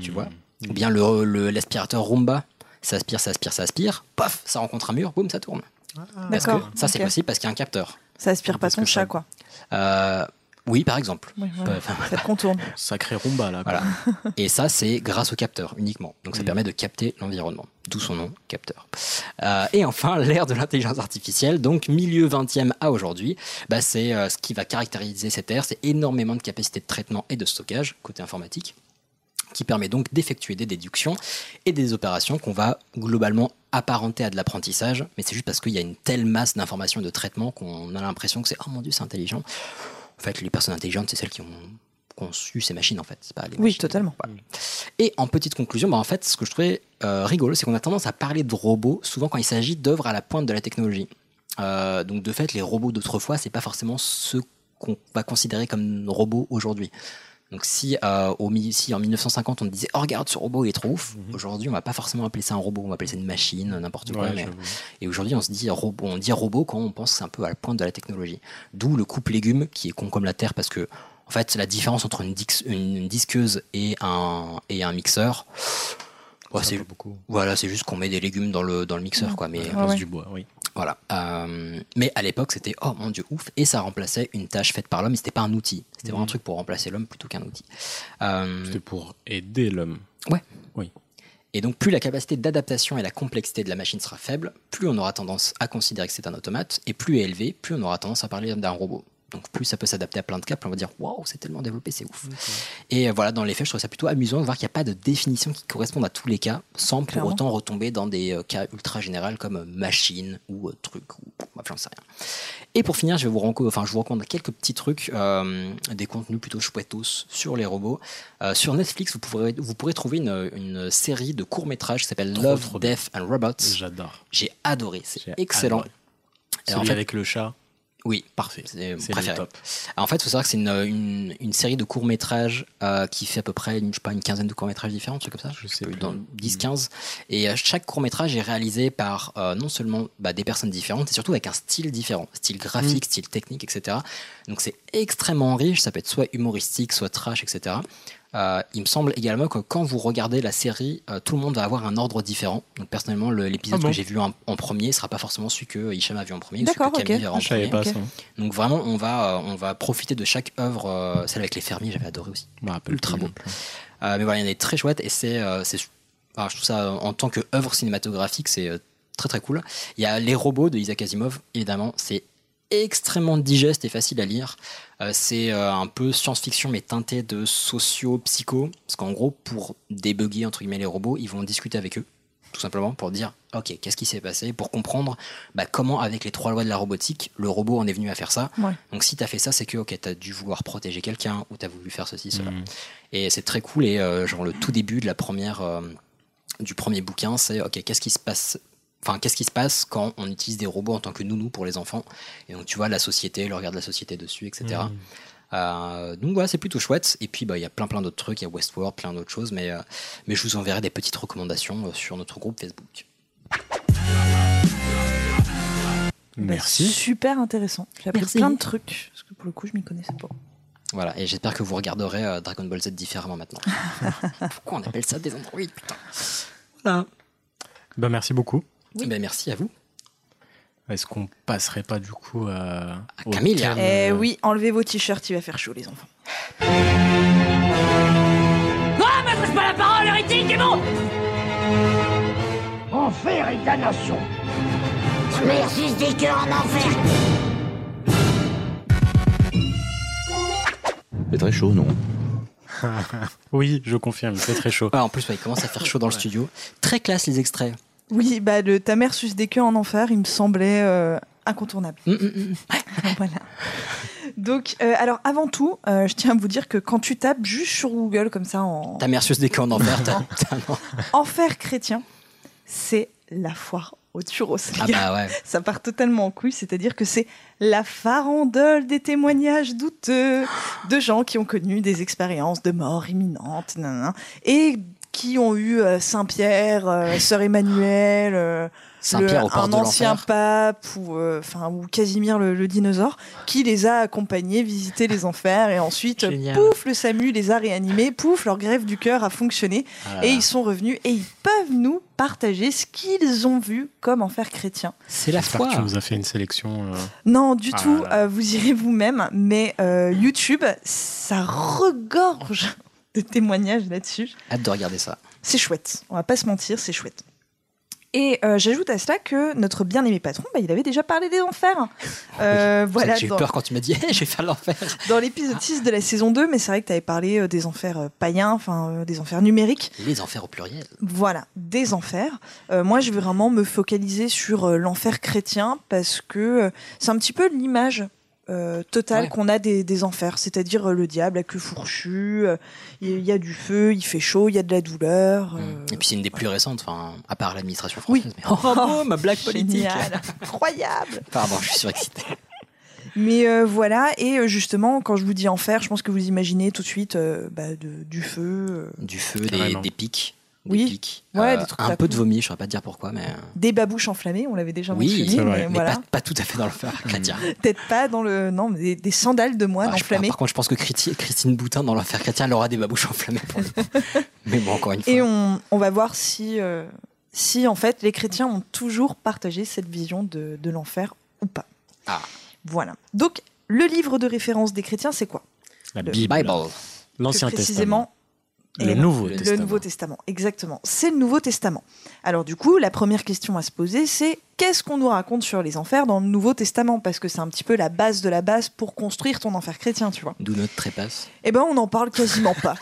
tu vois. Ou bien le- le- l'aspirateur Roomba, ça aspire, ça aspire, ça aspire, paf, ça rencontre un mur, boum, ça tourne. Parce que D'accord. ça, c'est Ah, Ok. possible parce qu'il y a un capteur. Ça aspire pas Parce ton que ça- chat, quoi. Euh, oui, par exemple. Oui, voilà. Ouais, enfin, Ça te contourne. Sacré rumba là. quoi. voilà. Et ça, c'est grâce au capteur uniquement. Donc ça permet de capter l'environnement. D'où son nom, capteur. Euh, et enfin, l'ère de l'intelligence artificielle, donc milieu 20e à aujourd'hui, bah, c'est euh, ce qui va caractériser cette ère, c'est énormément de capacités de traitement et de stockage côté informatique qui permet donc d'effectuer des déductions et des opérations qu'on va globalement apparenter à de l'apprentissage, mais c'est juste parce qu'il y a une telle masse d'informations et de traitements qu'on a l'impression que c'est oh mon dieu c'est intelligent. En fait, les personnes intelligentes, c'est celles qui ont conçu ces machines en fait, c'est pas les Oui, machines. totalement. Voilà. Et en petite conclusion, bah, en fait, ce que je trouvais euh, rigolo, c'est qu'on a tendance à parler de robots souvent quand il s'agit d'œuvres à la pointe de la technologie. Euh, donc de fait, les robots d'autrefois, c'est pas forcément ceux qu'on va considérer comme robots aujourd'hui. Donc si, euh, au, mi- si en 1950 on disait oh regarde ce robot il est trop ouf, aujourd'hui on va pas forcément appeler ça un robot, on va appeler ça une machine, n'importe quoi. Mhm. Ouais, mais- j'avoue. Et aujourd'hui on se dit robot, on dit robot quand on pense que c'est un peu à la pointe de la technologie. D'où le coupe légumes qui est con comme la terre parce que en En fait, la différence entre une, dix- une disqueuse et un, et un mixeur, ouais, C'est un c'est peu beaucoup. voilà, c'est juste qu'on met des légumes dans le, dans le mixeur, quoi. Mais Ouais, euh, on lance Ah ouais. du bois, oui. voilà. Euh, mais à l'époque, c'était oh mon dieu, ouf. Et ça remplaçait une tâche faite par l'homme, et c'était pas un outil. C'était vraiment un truc pour remplacer l'homme plutôt qu'un outil. Euh, C'était pour aider l'homme. et donc, plus la capacité d'adaptation et la complexité de la machine sera faible, plus on aura tendance à considérer que c'est un automate, et plus est élevé, plus on aura tendance à parler d'un robot. Donc, plus ça peut s'adapter à plein de cas, plus on va dire waouh, c'est tellement développé, c'est ouf. Et euh, voilà, dans les faits, je trouve ça plutôt amusant de voir qu'il n'y a pas de définition qui corresponde à tous les cas, sans pour Clairement. autant retomber dans des euh, cas ultra généraux comme euh, machine ou euh, truc, ou enfin, j'en sais rien. Et pour finir, je, vais vous renco- enfin, je vous recommande quelques petits trucs, euh, des contenus plutôt chouettos sur les robots. Euh, sur Netflix, vous pourrez, vous pourrez trouver une, une série de courts-métrages qui s'appelle Trop, Love, trop bien. Death and Robots. J'adore. J'ai adoré, c'est J'ai excellent. adoré. Et Celui en fait- avec le chat, Oui, parfait. c'est mon C'est le préféré. top. En fait, il faut savoir que c'est une, une- une série de courts-métrages euh, qui fait à peu près une, je sais pas, une quinzaine de courts-métrages différents, un truc comme ça. Je sais plus. Dans 10-15. Et euh, chaque court-métrage est réalisé par euh, non seulement bah, des personnes différentes, et surtout avec un style différent. Style Mm. graphique, style technique, etc. Donc c'est extrêmement riche. Ça peut être soit humoristique, soit trash, etc. Euh, il me semble également que quand vous regardez la série, euh, tout le monde va avoir un ordre différent. Donc personnellement, le- l'épisode Ah bon que j'ai vu en, en premier sera pas forcément celui que Hicham a vu en premier, ou celui D'accord, que Camille ok. verra en Je savais premier. pas ok. ça. Donc vraiment, on va, euh, on va profiter de chaque œuvre, euh, celle avec les fermiers, j'avais adoré aussi. Je me rappelle Ultra plus beau. non plus. Euh, mais voilà, il y en a des très chouettes et c'est, euh, c'est- enfin, je trouve ça euh, en tant que œuvre cinématographique, c'est euh, très très cool. Il y a les robots de Isaac Asimov, évidemment, c'est extrêmement digeste et facile à lire. Euh, c'est euh, un peu science-fiction mais teinté de socio-psycho, parce qu'en gros, pour débugger entre guillemets les robots, ils vont discuter avec eux, tout simplement pour dire, ok, qu'est-ce qui s'est passé, pour comprendre bah, comment avec les trois lois de la robotique, le robot en est venu à faire ça. Ouais. Bah, Donc si t'as fait ça, c'est que ok, t'as dû vouloir protéger quelqu'un ou t'as voulu faire ceci, cela. Mhm. Et c'est très cool. Et euh, genre le tout début de la première, euh, du premier bouquin, c'est ok, qu'est-ce qui se passe Enfin, qu'est-ce qui se passe quand on utilise des robots en tant que nounou pour les enfants Et donc tu vois la société, le regard de la société dessus, etc. Euh, donc voilà, c'est plutôt chouette. Et puis bah, il y a plein plein d'autres trucs, il y a Westworld, plein d'autres choses, mais, euh, mais je vous enverrai des petites recommandations euh, sur notre groupe Facebook. Bah, Merci. Super intéressant. J'ai appris Merci. plein de trucs. Parce que pour le coup, je m'y connaissais pas. Voilà, et j'espère que vous regarderez euh, Dragon Ball Z différemment maintenant. Pourquoi on appelle ça des androïdes putain Voilà. Bah, merci beaucoup. Ben, merci à vous. Est-ce qu'on passerait pas du coup à, au Camille, terme- euh, Eh oui, enlevez vos t-shirts, il va faire chaud, les enfants. Enfer et damnation Versus des cœurs en enfer C'est très chaud, non Oui, je confirme, c'est très chaud. Ouais, en plus, ouais, il commence à faire chaud dans le studio. Très classe les extraits. Oui, bah, le ta mère suce des queues en enfer, il me semblait euh, incontournable. Hum, hum, hum. voilà. Donc, euh, alors avant tout, euh, je tiens à vous dire que quand tu tapes juste sur Google comme ça en Ta mère suce des cœurs en enfer. t'as- t'as- non. enfer chrétien, c'est la foire au Turos. les Ah gars. bah ouais. Ça part totalement en couille, c'est-à-dire que c'est la farandole des témoignages douteux de gens qui ont connu des expériences de mort imminente nanana, et qui ont eu euh, Saint-Pierre, euh, Sœur Emmanuel, euh, Saint-Pierre le- au port un de ancien l'enfer. pape ou, euh, enfin, ou Casimir le, le dinosaure qui les a accompagnés visiter les enfers et ensuite, Génial. pouf, le SAMU les a réanimés, pouf, leur grève du cœur a fonctionné Ah là et là. ils sont revenus et ils peuvent nous partager ce qu'ils ont vu comme enfer chrétien. C'est la J'espère que foi. tu nous as fait une sélection. euh, Non, du Ah tout, là là. euh, vous irez vous-même, mais euh, YouTube, ça regorge de témoignages là-dessus. Hâte de regarder ça. C'est chouette, on va pas se mentir, c'est chouette. Et euh, j'ajoute à cela que notre bien-aimé patron, bah, il avait déjà parlé des enfers. Euh, voilà, J'ai eu dans, peur quand tu m'as dit Eh, je vais faire l'enfer. dans l'épisode 6 de la saison 2, mais c'est vrai que tu avais parlé euh, des enfers euh, païens, enfin euh, des enfers numériques. Les enfers au pluriel. Voilà, des enfers. Euh, moi, je vais vraiment me focaliser sur euh, l'enfer chrétien parce que euh, c'est un petit peu l'image euh, totale Ouais. qu'on a des, des enfers, c'est-à-dire euh, le diable à queue fourchue, euh, il y a du feu, il fait chaud, il y a de la douleur. euh, Mmh. Et puis c'est une des plus récentes, enfin, à part l'administration Oui. française. Mais... Oh, bravo, ma blague politique. génial, incroyable. Pardon, je suis surexcité. Mais euh, voilà, et euh, justement, quand je vous dis enfer, je pense que vous imaginez tout de suite euh, bah, de- du feu. euh, Du feu, des, Carrément. des pics. des Oui. pics, Ouais, euh, des trucs un pas peu de cool. vomi, je ne saurais pas te dire pourquoi, mais Des babouches enflammées, on l'avait déjà oui, mentionné, mais mais voilà. pas, pas tout à fait dans le fer à Katia. Peut-être pas dans le. Non, mais des, des sandales de moine Ah, je- enflammées. par contre, je pense que Christi- Christine Boutin dans l'enfer chrétien, elle aura des babouches enflammées pour le coup. Mais bon, encore une fois. Et on, on va voir si, euh, si, en fait, les chrétiens ont toujours partagé cette vision de, de l'enfer ou pas. Ah. Voilà. Donc, le livre de référence des chrétiens, c'est quoi La Le Bible. L'Ancien Testament. Plus précisément, Le Et Nouveau le Testament. Nouveau Testament, exactement. C'est le Nouveau Testament. Alors du coup, la première question à se poser, c'est qu'est-ce qu'on nous raconte sur les enfers dans le Nouveau Testament Parce que c'est un petit peu la base de la base pour construire ton enfer chrétien, tu vois. D'où notre trépasse. Eh ben, on n'en parle quasiment pas.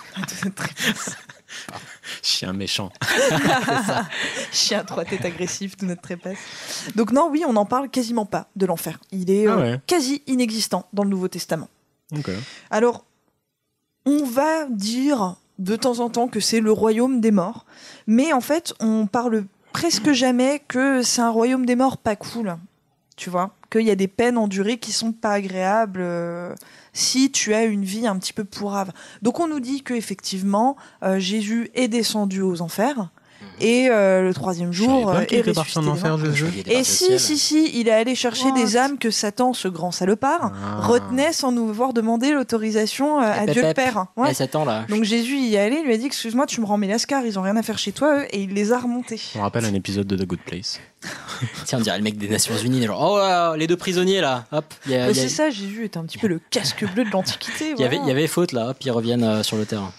Chien méchant. Chien trois têtes agressif, tout notre trépasse. Donc non, oui, on n'en parle quasiment pas de l'enfer. Il est Ah euh, ouais. quasi inexistant dans le Nouveau Testament. Ok. Alors, on va dire de temps en temps que c'est le royaume des morts, mais en fait, on parle presque jamais que c'est un royaume des morts pas cool. Tu vois, qu'il y a des peines endurées qui sont pas agréables euh, si tu as une vie un petit peu pourrave. Donc on nous dit que effectivement euh, Jésus est descendu aux enfers et euh, le troisième jour euh, est ressuscité. des morts. Et si, si, si, il est allé chercher des âmes que Satan, ce grand salopard, Ah. retenait sans nous avoir demandé l'autorisation euh, à Dieu le Père. Ouais. Et Satan, là. Donc Jésus y est allé, il lui a dit Excuse-moi, tu me rends mes lascars, ils ont rien à faire chez toi, eux, et il les a remontés. On rappelle un épisode de The Good Place. Tiens, on dirait le mec des Nations Unies, genre, oh là, les deux prisonniers, là. Hop, il y, a- Mais il y a- Euh, c'est ça, Jésus est un petit peu le casque bleu de l'Antiquité. il y avait, voilà. Ah, il y avait faute, là. Hop, ils reviennent euh, sur le terrain.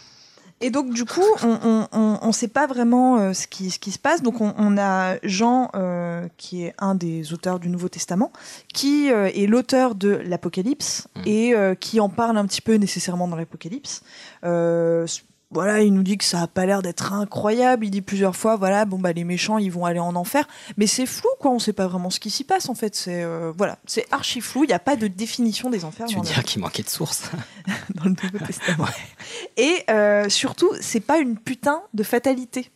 Et donc, du coup, on on- on- on sait pas vraiment euh, ce, qui, ce qui se passe. Donc, on, on a Jean, euh, qui est un des auteurs du Nouveau Testament, qui euh, est l'auteur de l'Apocalypse et euh, qui en parle un petit peu nécessairement dans l'Apocalypse. Euh, s- voilà, il nous dit que ça a pas l'air d'être incroyable. Il dit plusieurs fois, voilà, bon bah les méchants, ils vont aller en enfer. Mais c'est flou, quoi. On sait pas vraiment ce qui s'y passe en fait. C'est euh, voilà, c'est archi flou. Il n'y a pas de définition des enfers. Tu dans veux le- dire qu'il manquait de sources dans le Nouveau Testament. Et euh, surtout, c'est pas une putain de fatalité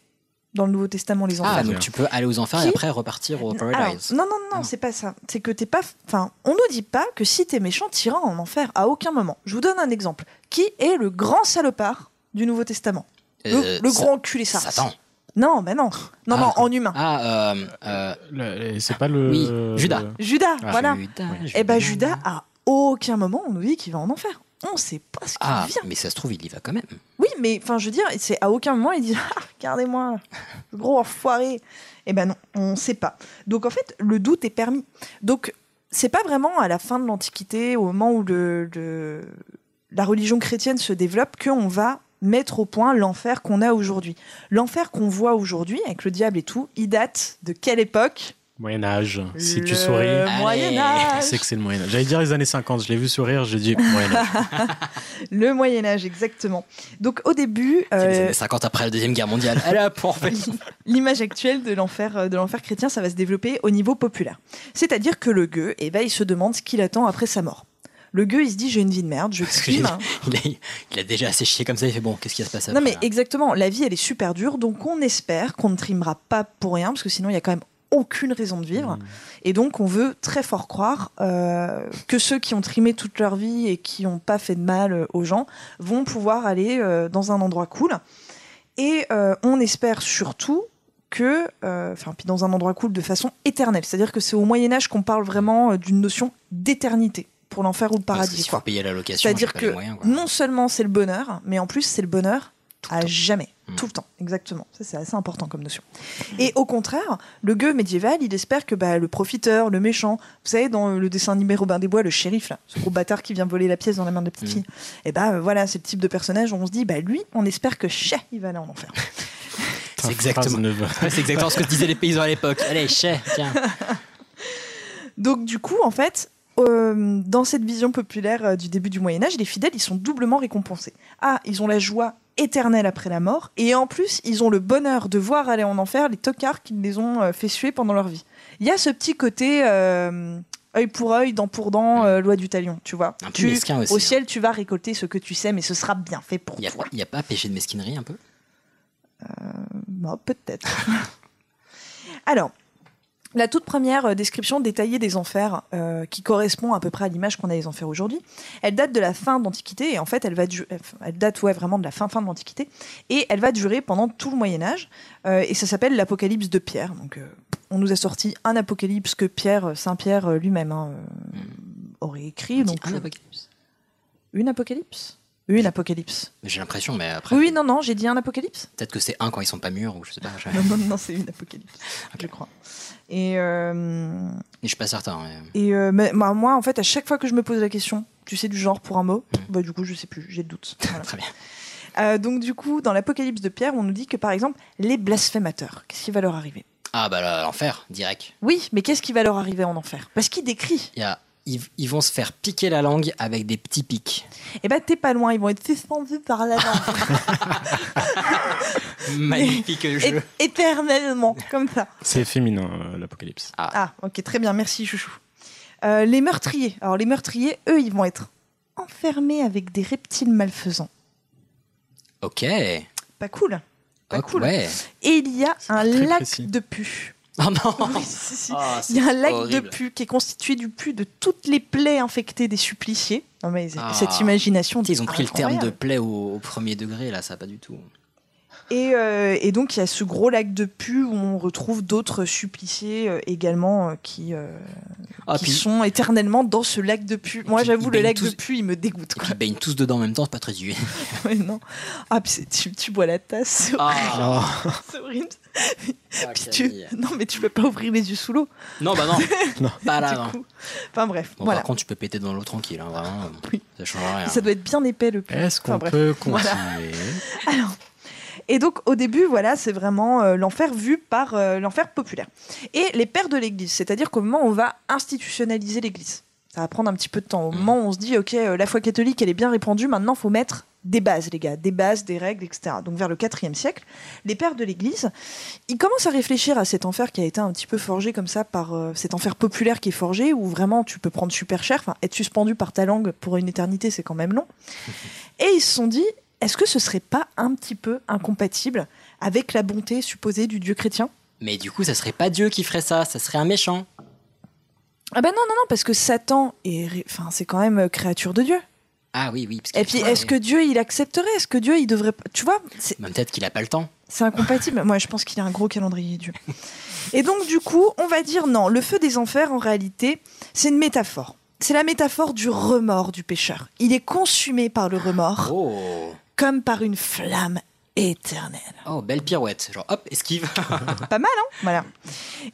dans le Nouveau Testament, les enfers. Ah, donc tu peux aller aux enfers Qui et après repartir au Alors, Paradise. non, non, non, c'est pas ça. C'est que t'es pas. Enfin, on nous dit pas que si t'es méchant, t'iras en enfer à aucun moment. Je vous donne un exemple. Qui est le grand salopard du Nouveau Testament Le, Euh, le Sa- grand enculé sarce. Satan. Non, mais non. Non, non, Ah, en humain. Ah, euh, euh, C'est pas le. Oui, Judas. Judas, Ah, voilà. Judas, Et ben Judas, à aucun moment, on nous dit qu'il va en enfer. On sait pas ce qu'il ah, vient. mais ça se trouve, il y va quand même. Oui, mais enfin, je veux dire, c'est à aucun moment il dit ah, regardez-moi, ce gros enfoiré. Eh ben non, on ne sait pas. Donc en fait, le doute est permis. Donc c'est pas vraiment à la fin de l'Antiquité, au moment où le, le- la religion chrétienne se développe, qu'on va mettre au point l'enfer qu'on a aujourd'hui. L'enfer qu'on voit aujourd'hui, avec le diable et tout, il date de quelle époque Moyen-Âge. Si tu Le Ah, souris. Moyen-Âge. Je sais que c'est le Moyen-Âge. J'allais dire les années 50. Je l'ai vu sourire. J'ai dit Moyen-Âge. Le Moyen-Âge, exactement. Donc au début. C'est les euh, années 50 après la Deuxième Guerre mondiale. Elle a pour fait. L'image actuelle de l'enfer euh, de l'enfer chrétien, ça va se développer au niveau populaire. C'est-à-dire que le gueux, eh ben, il se demande ce qu'il attend après sa mort. Le gueux, il se dit j'ai une vie de merde, je Parce que j'ai- crime. il, a, il a déjà assez chié comme ça. Il fait bon, qu'est-ce qui va se passer Non après, mais là exactement, la vie elle est super dure, donc on espère qu'on ne trimera pas pour rien, parce que sinon il y a quand même aucune raison de vivre. Mmh. Et donc on veut très fort croire euh, que ceux qui ont trimé toute leur vie et qui n'ont pas fait de mal euh, aux gens vont pouvoir aller euh, dans un endroit cool. Et euh, on espère surtout que, euh, enfin, puis dans un endroit cool de façon éternelle. C'est-à-dire que c'est au Moyen Âge qu'on parle vraiment euh, d'une notion d'éternité pour l'enfer ou le Parce que paradis. s'il faut quoi. payer la location, C'est-à-dire j'ai pas que les moyens, quoi. non seulement c'est le bonheur, mais en plus c'est le bonheur à jamais, Mm. tout le temps, exactement. Ça c'est assez important comme notion. Et au contraire, le gueux médiéval, il espère que bah, le profiteur, le méchant, vous savez dans euh, le dessin animé Robin des Bois, le shérif là, ce gros bâtard qui vient voler la pièce dans la main de la Mm. petite fille, et bah euh, voilà, c'est le type de personnage où on se dit bah lui, on espère que chè, il va aller en enfer. Ta C'est exactement. phrase ne va- Ouais, c'est exactement ce que disaient les paysans à l'époque. Allez, chais, tiens. Donc du coup, en fait, euh, dans cette vision populaire euh, du début du Moyen Âge, les fidèles, ils sont doublement récompensés. Ah, ils ont la joie éternelle après la mort, et en plus, ils ont le bonheur de voir aller en enfer les tocards qui les ont euh, fait suer pendant leur vie. Il y a ce petit côté euh, œil pour œil, dent pour dent, euh, loi du talion, tu vois. Mm. Un peu Tu, mesquin aussi, au hein. ciel, tu vas récolter ce que tu sèmes, et ce sera bien fait pour Il n'y a, toi. il y a pas péché de mesquinerie un peu Bah, peut-être. Alors, la toute première euh, description détaillée des enfers, euh, qui correspond à peu près à l'image qu'on a des enfers aujourd'hui, elle date de la fin de l'Antiquité, et en fait, elle, va du- euh, elle date ouais, vraiment de la fin-fin de l'Antiquité, et elle va durer pendant tout le Moyen-Âge, et ça s'appelle l'Apocalypse de Pierre. Donc, euh, on nous a sorti un apocalypse que Pierre, euh, Saint-Pierre euh, lui-même, hein, euh, aurait écrit. Donc, un euh, apocalypse. Une apocalypse Une apocalypse. Mais J'ai l'impression, mais après, oui, non, non, j'ai dit un apocalypse peut-être que c'est un quand ils sont pas mûrs, ou je sais pas. je- Non, non, non, c'est une apocalypse, je crois. Et, euh, Je suis pas certain. mais- et euh, mais- bah, moi, en fait, à chaque fois que je me pose la question, tu sais, du genre pour un mot, bah, du coup, je sais plus, j'ai le doute. Voilà. Très bien. Euh, donc, du coup, dans l'Apocalypse de Pierre, on nous dit que, par exemple, les blasphémateurs, qu'est-ce qui va leur arriver Ah, bah là, l'enfer, direct. Oui, mais qu'est-ce qui va leur arriver en enfer Parce qu'il décrit. Il y a- Ils, ils vont se faire piquer la langue avec des petits pics. Eh ben, t'es pas loin, ils vont être suspendus par la langue. Magnifique jeu. É- éternellement, comme ça. C'est féminin, euh, l'apocalypse. Ah, ok, très bien, merci Chouchou. Euh, les meurtriers. Alors, les meurtriers, eux, ils vont être enfermés avec des reptiles malfaisants. Ok. Pas cool. Pas Ok, cool. Ouais. Et il y a un très lac précis. de pu. Oh non. Oui, si, si. Ah, il y a un c'est lac de horrible. pu qui est constitué du pu de toutes les plaies infectées des suppliciés. Non, mais Ah. cette imagination. Ils ont pris le terme de incroyable. plaie au, au premier degré, là, ça pas du tout. Et, euh, et donc, il y a ce gros lac de pu où on retrouve d'autres suppliciés euh, également euh, qui, euh, Ah, qui puis, sont éternellement dans ce lac de pu. Moi, puis, j'avoue, ils le baignent lac tous- de pu, il me dégoûte. et Quoi. puis ils baignent tous dedans en même temps, c'est pas très duet. Ouais, non. Ah, puis c'est- tu, tu bois la tasse, c'est Ah, c'est horrible. Puis tu- Camille. Non, mais tu peux pas ouvrir les yeux sous l'eau. Non, bah non. Non. Pas là, du non. coup. Enfin, bref, Bon, voilà. Par contre, tu peux péter dans l'eau tranquille, hein, vraiment. Oui. Ça change rien. Ça doit être bien épais le puits. Est-ce qu'on Enfin, bref. peut continuer Voilà. Et donc, au début, voilà, c'est vraiment euh, l'enfer vu par euh, l'enfer populaire. Et les pères de l'Église, c'est-à-dire qu'au moment où on va institutionnaliser l'Église, ça va prendre un petit peu de temps. Au moment où on se dit, OK, euh, la foi catholique, elle est bien répandue, maintenant, faut mettre des bases, les gars, des bases, des règles, etc. Donc, vers le IVe siècle, les pères de l'Église, ils commencent à réfléchir à cet enfer qui a été un petit peu forgé comme ça par euh, cet enfer populaire qui est forgé, où vraiment tu peux prendre super cher, enfin, être suspendu par ta langue pour une éternité, c'est quand même long. Et ils se sont dit, est-ce que ce serait pas un petit peu incompatible avec la bonté supposée du Dieu chrétien Mais du coup, ça serait pas Dieu qui ferait ça, ça serait un méchant. Ah bah non, non, non, parce que Satan est, ré- enfin, c'est quand même euh, créature de Dieu. Ah oui, oui. parce qu'il- Et puis, Ah, est-ce oui. que Dieu, il accepterait Est-ce que Dieu, il devrait... pas- Tu vois, c'est- Bah, Peut-être qu'il a pas le temps. C'est incompatible. Moi, je pense qu'il a un gros calendrier, Dieu. Et donc, du coup, on va dire non, le feu des enfers, en réalité, c'est une métaphore. C'est la métaphore du remords du pécheur. Il est consumé par le remords, Oh. comme par une flamme éternelle. Oh, belle pirouette. Genre, hop, esquive. Pas mal, hein Voilà.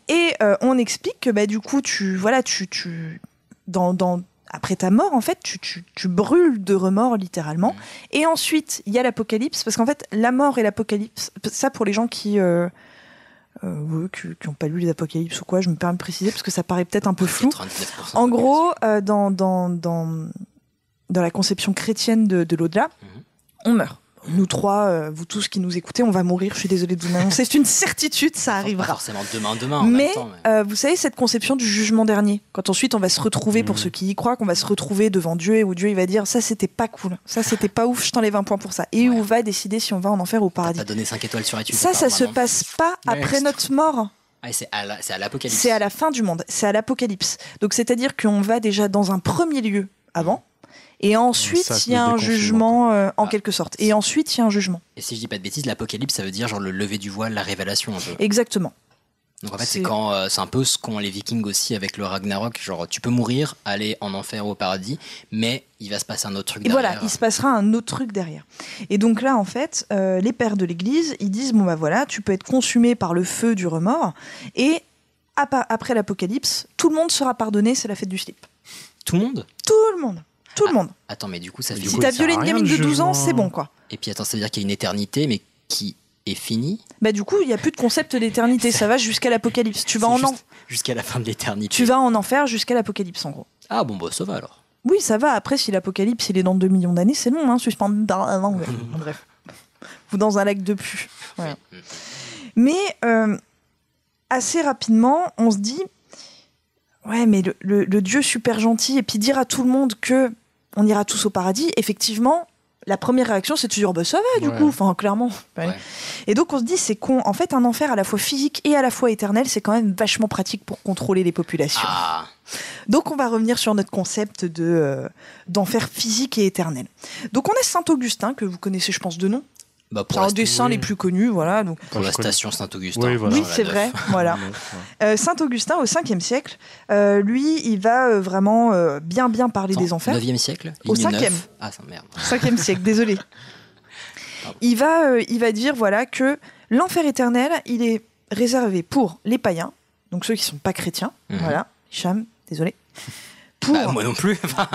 Et euh, on explique que, bah, du coup, tu, voilà, tu, tu, dans, dans, après ta mort, en fait, tu, tu, tu brûles de remords, littéralement. Et ensuite, il y a l'apocalypse, parce qu'en fait, la mort et l'apocalypse, ça pour les gens qui. euh, euh, ouais, qui n'ont pas lu les apocalypses ou quoi, je me permets de préciser parce que ça paraît peut-être un peu flou. 99% En de gros, euh, dans, dans, dans, dans la conception chrétienne de, de l'au-delà, Mhm. on meurt. Nous trois, euh, vous tous qui nous écoutez, on va mourir. Je suis désolée de vous l'annoncer. C'est une certitude, population. ça Pas arrivera. forcément demain, demain. en Mais, même temps, mais- euh, vous savez, cette conception du jugement dernier, quand ensuite on va se retrouver, pour Mm. Mhm. ceux qui y croient, qu'on va se retrouver devant Dieu et où Dieu il va dire ça c'était pas cool, ça c'était pas ouf, je t'enlève un point pour ça. Et où Ouais. on va décider si on va en enfer ou au T'as paradis. pas donné 5 étoiles sur YouTube. Ça, ou pas, ça se vraiment passe pas après Next. notre mort. Ah, c'est à la- c'est à l'apocalypse. C'est à la fin du monde, c'est à l'apocalypse. Donc c'est-à-dire qu'on va déjà dans un premier lieu avant, et Ça, ensuite c'est il y a le un déconfinement. jugement euh, en Ah. quelque sorte. Et ensuite il y a un jugement. Et si je dis pas de bêtises, l'apocalypse, ça veut dire genre le lever du voile, la révélation un peu. Exactement. Donc en fait, c'est c'est- quand euh, c'est un peu ce qu'ont les Vikings aussi avec le Ragnarok. Genre, tu peux mourir, aller en enfer ou au paradis, mais il va se passer un autre truc Et voilà, derrière. il se passera un autre truc derrière. Et donc là, en fait, euh, les pères de l'Église, ils disent bon bah voilà, tu peux être consumé par le feu du remords, et à pa- après l'Apocalypse, tout le monde sera pardonné, c'est la fête du slip. Tout le monde. Tout le monde, tout le Ah, monde. Attends, mais du coup, ça Mais fait. du Si coup, t'as ça sert à violé une rien, gamine de le 12 ans, jugement. hein. c'est bon quoi. Et puis attends, ça veut dire qu'il y a une éternité, mais qui est finie Bah du coup, il y a plus de concept d'éternité, ça va jusqu'à l'Apocalypse. Tu vas C'est en en- juste- jusqu'à la fin de l'éternité. Tu vas en enfer jusqu'à l'apocalypse, en gros. Ah bon, bah ça va alors. Oui, ça va. Après, si l'apocalypse, il est dans 2 millions d'années, c'est long, hein, suspendu dans la langue. Bref. Ou dans un lac de pu. Voilà. Mais euh, assez rapidement, on se dit Ouais, mais le, le- le Dieu super gentil, et puis dire à tout le monde que on ira tous au paradis, effectivement, la première réaction, c'est de se dire, bah, ça va, du Ouais. coup, enfin, clairement. Et donc, on se dit, c'est con. En fait, un enfer à la fois physique et à la fois éternel, c'est quand même vachement pratique pour contrôler les populations. Ah, Donc, on va revenir sur notre concept de, euh, d'enfer physique et éternel. Donc, on a Saint-Augustin, que vous connaissez, je pense, de nom. Bah, C'est un des saints les plus connus, voilà. Donc, Pour la station Saint-Augustin. Oui, voilà. Oui, c'est vrai, voilà. Euh, Saint Augustin au 5e siècle, euh, lui, il va euh, vraiment euh, bien bien parler des enfers. 9e siècle Au ligne 5e. neuf. Ah, ça merde. 5e siècle, désolé. Il va, euh, il va dire voilà que l'enfer éternel, il est réservé pour les païens, donc ceux qui sont pas chrétiens. Mhm. Voilà, Hicham, désolé. Bah, moi non plus. Enfin,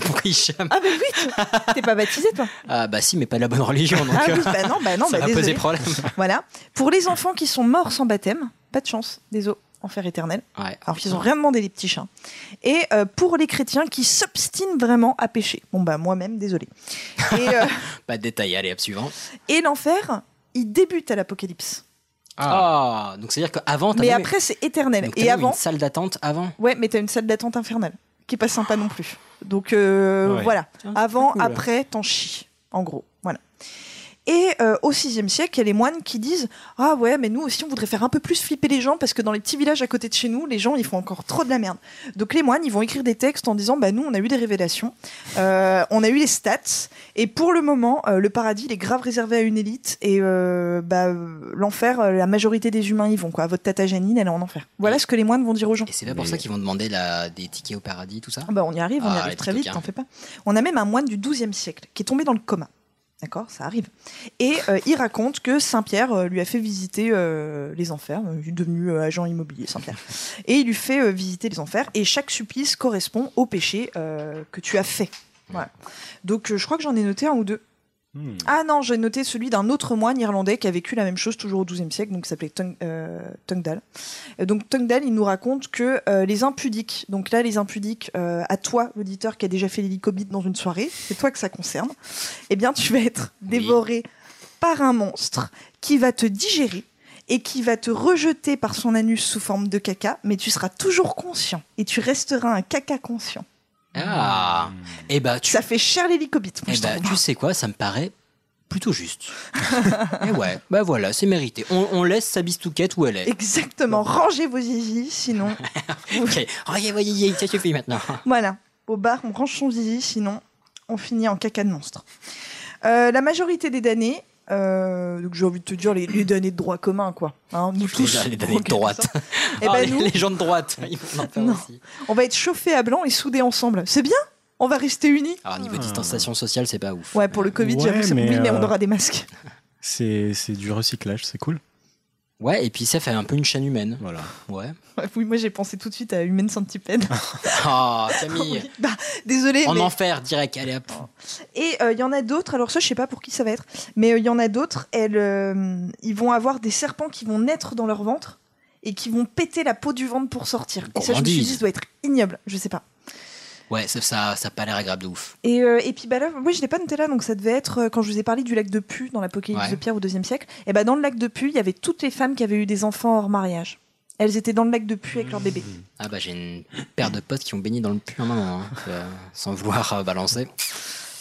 Pourquoi il chame Ah bah oui, t'es pas baptisé toi Ah bah si, mais pas de la bonne religion. Donc, Ah euh, oui, bah non, bah non, ça bah va poser désolé. problème. Voilà. Pour les enfants qui sont morts sans baptême, pas de chance, désolé, enfer éternel. Ouais. Alors qu'ils ont rien demandé les petits chiens. Et euh, pour les chrétiens qui s'obstinent vraiment à pécher. Bon bah moi-même, désolé. Et, euh, Pas de détails, Bah, allez, hop, suivant. et l'enfer, il débute à l'Apocalypse. Ah, donc c'est-à-dire qu'avant, t'as Mais même- après, c'est éternel. donc t'as Et même avant, une salle d'attente avant. ouais, mais t'as une salle d'attente infernale qui est pas sympa non plus. Donc euh, Ouais. voilà, Ah, c'est avant, pas cool. après, t'en chies, en gros. Voilà. Et euh, au 6 siècle, il y a les moines qui disent Ah ouais, mais nous aussi, on voudrait faire un peu plus flipper les gens parce que dans les petits villages à côté de chez nous, les gens, ils font encore trop de la merde. Donc les moines, ils vont écrire des textes en disant Bah nous, on a eu des révélations, euh, on a eu les stats, et pour le moment, euh, le paradis, il est grave réservé à une élite, et euh, bah, euh, l'enfer, euh, la majorité des humains y vont, quoi. Votre tata Janine, elle est en enfer. Voilà ce que les moines vont dire aux gens. Et c'est pas pour ça qu'ils vont demander la- des tickets au paradis, tout ça Ah bah, on y arrive, on y Ah, arrive les très petits vite, coquins. t'en fais pas. On a même un moine du 12e siècle qui est tombé dans le coma. D'accord, ça arrive. Et euh, il raconte que Saint-Pierre euh, lui a fait visiter euh, les enfers. Euh, Il est devenu euh, agent immobilier, Saint-Pierre. Et il lui fait euh, visiter les enfers. Et chaque supplice correspond au péché euh, que tu as fait. Voilà. Donc euh, je crois que j'en ai noté un ou deux. hmm. Ah non, j'ai noté celui d'un autre moine irlandais qui a vécu la même chose toujours au XIIe siècle, donc il s'appelait Tung- euh, Tungdal. Euh, donc Tungdal, il nous raconte que euh, les impudiques, donc là les impudiques, euh, à toi l'auditeur qui a déjà fait l'hélicobite dans une soirée, c'est toi que ça concerne, eh bien tu vas être dévoré par un monstre qui va te digérer et qui va te rejeter par son anus sous forme de caca, mais tu seras toujours conscient et tu resteras un caca conscient. Ah, et bah tu, Ça fait cher l'hélicobite. moi, eh je bah, trouve. tu sais quoi, ça me paraît plutôt juste. et ouais, bah voilà, c'est mérité. On, on laisse sa bistouquette où elle est. Exactement, rangez vos zizi, sinon Ok, Oh, voyez, voyez, voyez, ça suffit maintenant. Voilà, au bar, on range son zizi, sinon on finit en caca de monstre. Euh, la majorité des damnés, euh, donc j'ai envie de te dire les, les damnés de droit commun, quoi. Hein, nous tous. les damnés de droite. Eh Ah, ben, les, nous- les gens de droite, ils vont en faire Non. aussi. On va être chauffés à blanc et soudés ensemble. C'est bien On va rester unis Alors, niveau distanciation sociale, c'est pas ouf. Ouais, pour le Covid, Ouais, j'avoue, c'est mais, oui, mais on euh, aura des masques. C'est c'est du recyclage, c'est cool. Ouais, et puis ça fait un peu une chaîne humaine. Voilà. Ouais. Oui, moi j'ai pensé tout de suite à Humaine Centipede. Ah, Camille, bah, désolé, en mais... enfer direct, allez hop. Et euh, il y en a d'autres, alors ça je sais pas pour qui ça va être, mais euh, il y en a d'autres, elles, euh, ils vont avoir des serpents qui vont naître dans leur ventre et qui vont péter la peau du ventre pour sortir. Et ça je me suis Gourmandise. dit, ça doit être ignoble, je sais pas. Ouais, ça, ça, ça a pas l'air agréable de ouf. Et, euh, et puis bah là, oui je l'ai pas noté là, donc ça devait être euh, quand je vous ai parlé du lac de Pu dans l'Apocalypse Ouais. de Pierre au deuxième siècle, et bah dans le lac de Pu, il y avait toutes les femmes qui avaient eu des enfants hors mariage. Elles étaient dans le lac de Pu avec leur bébé. Ah bah j'ai une paire de potes qui ont baigné dans le puits un moment, hein, euh, sans vouloir euh, balancer.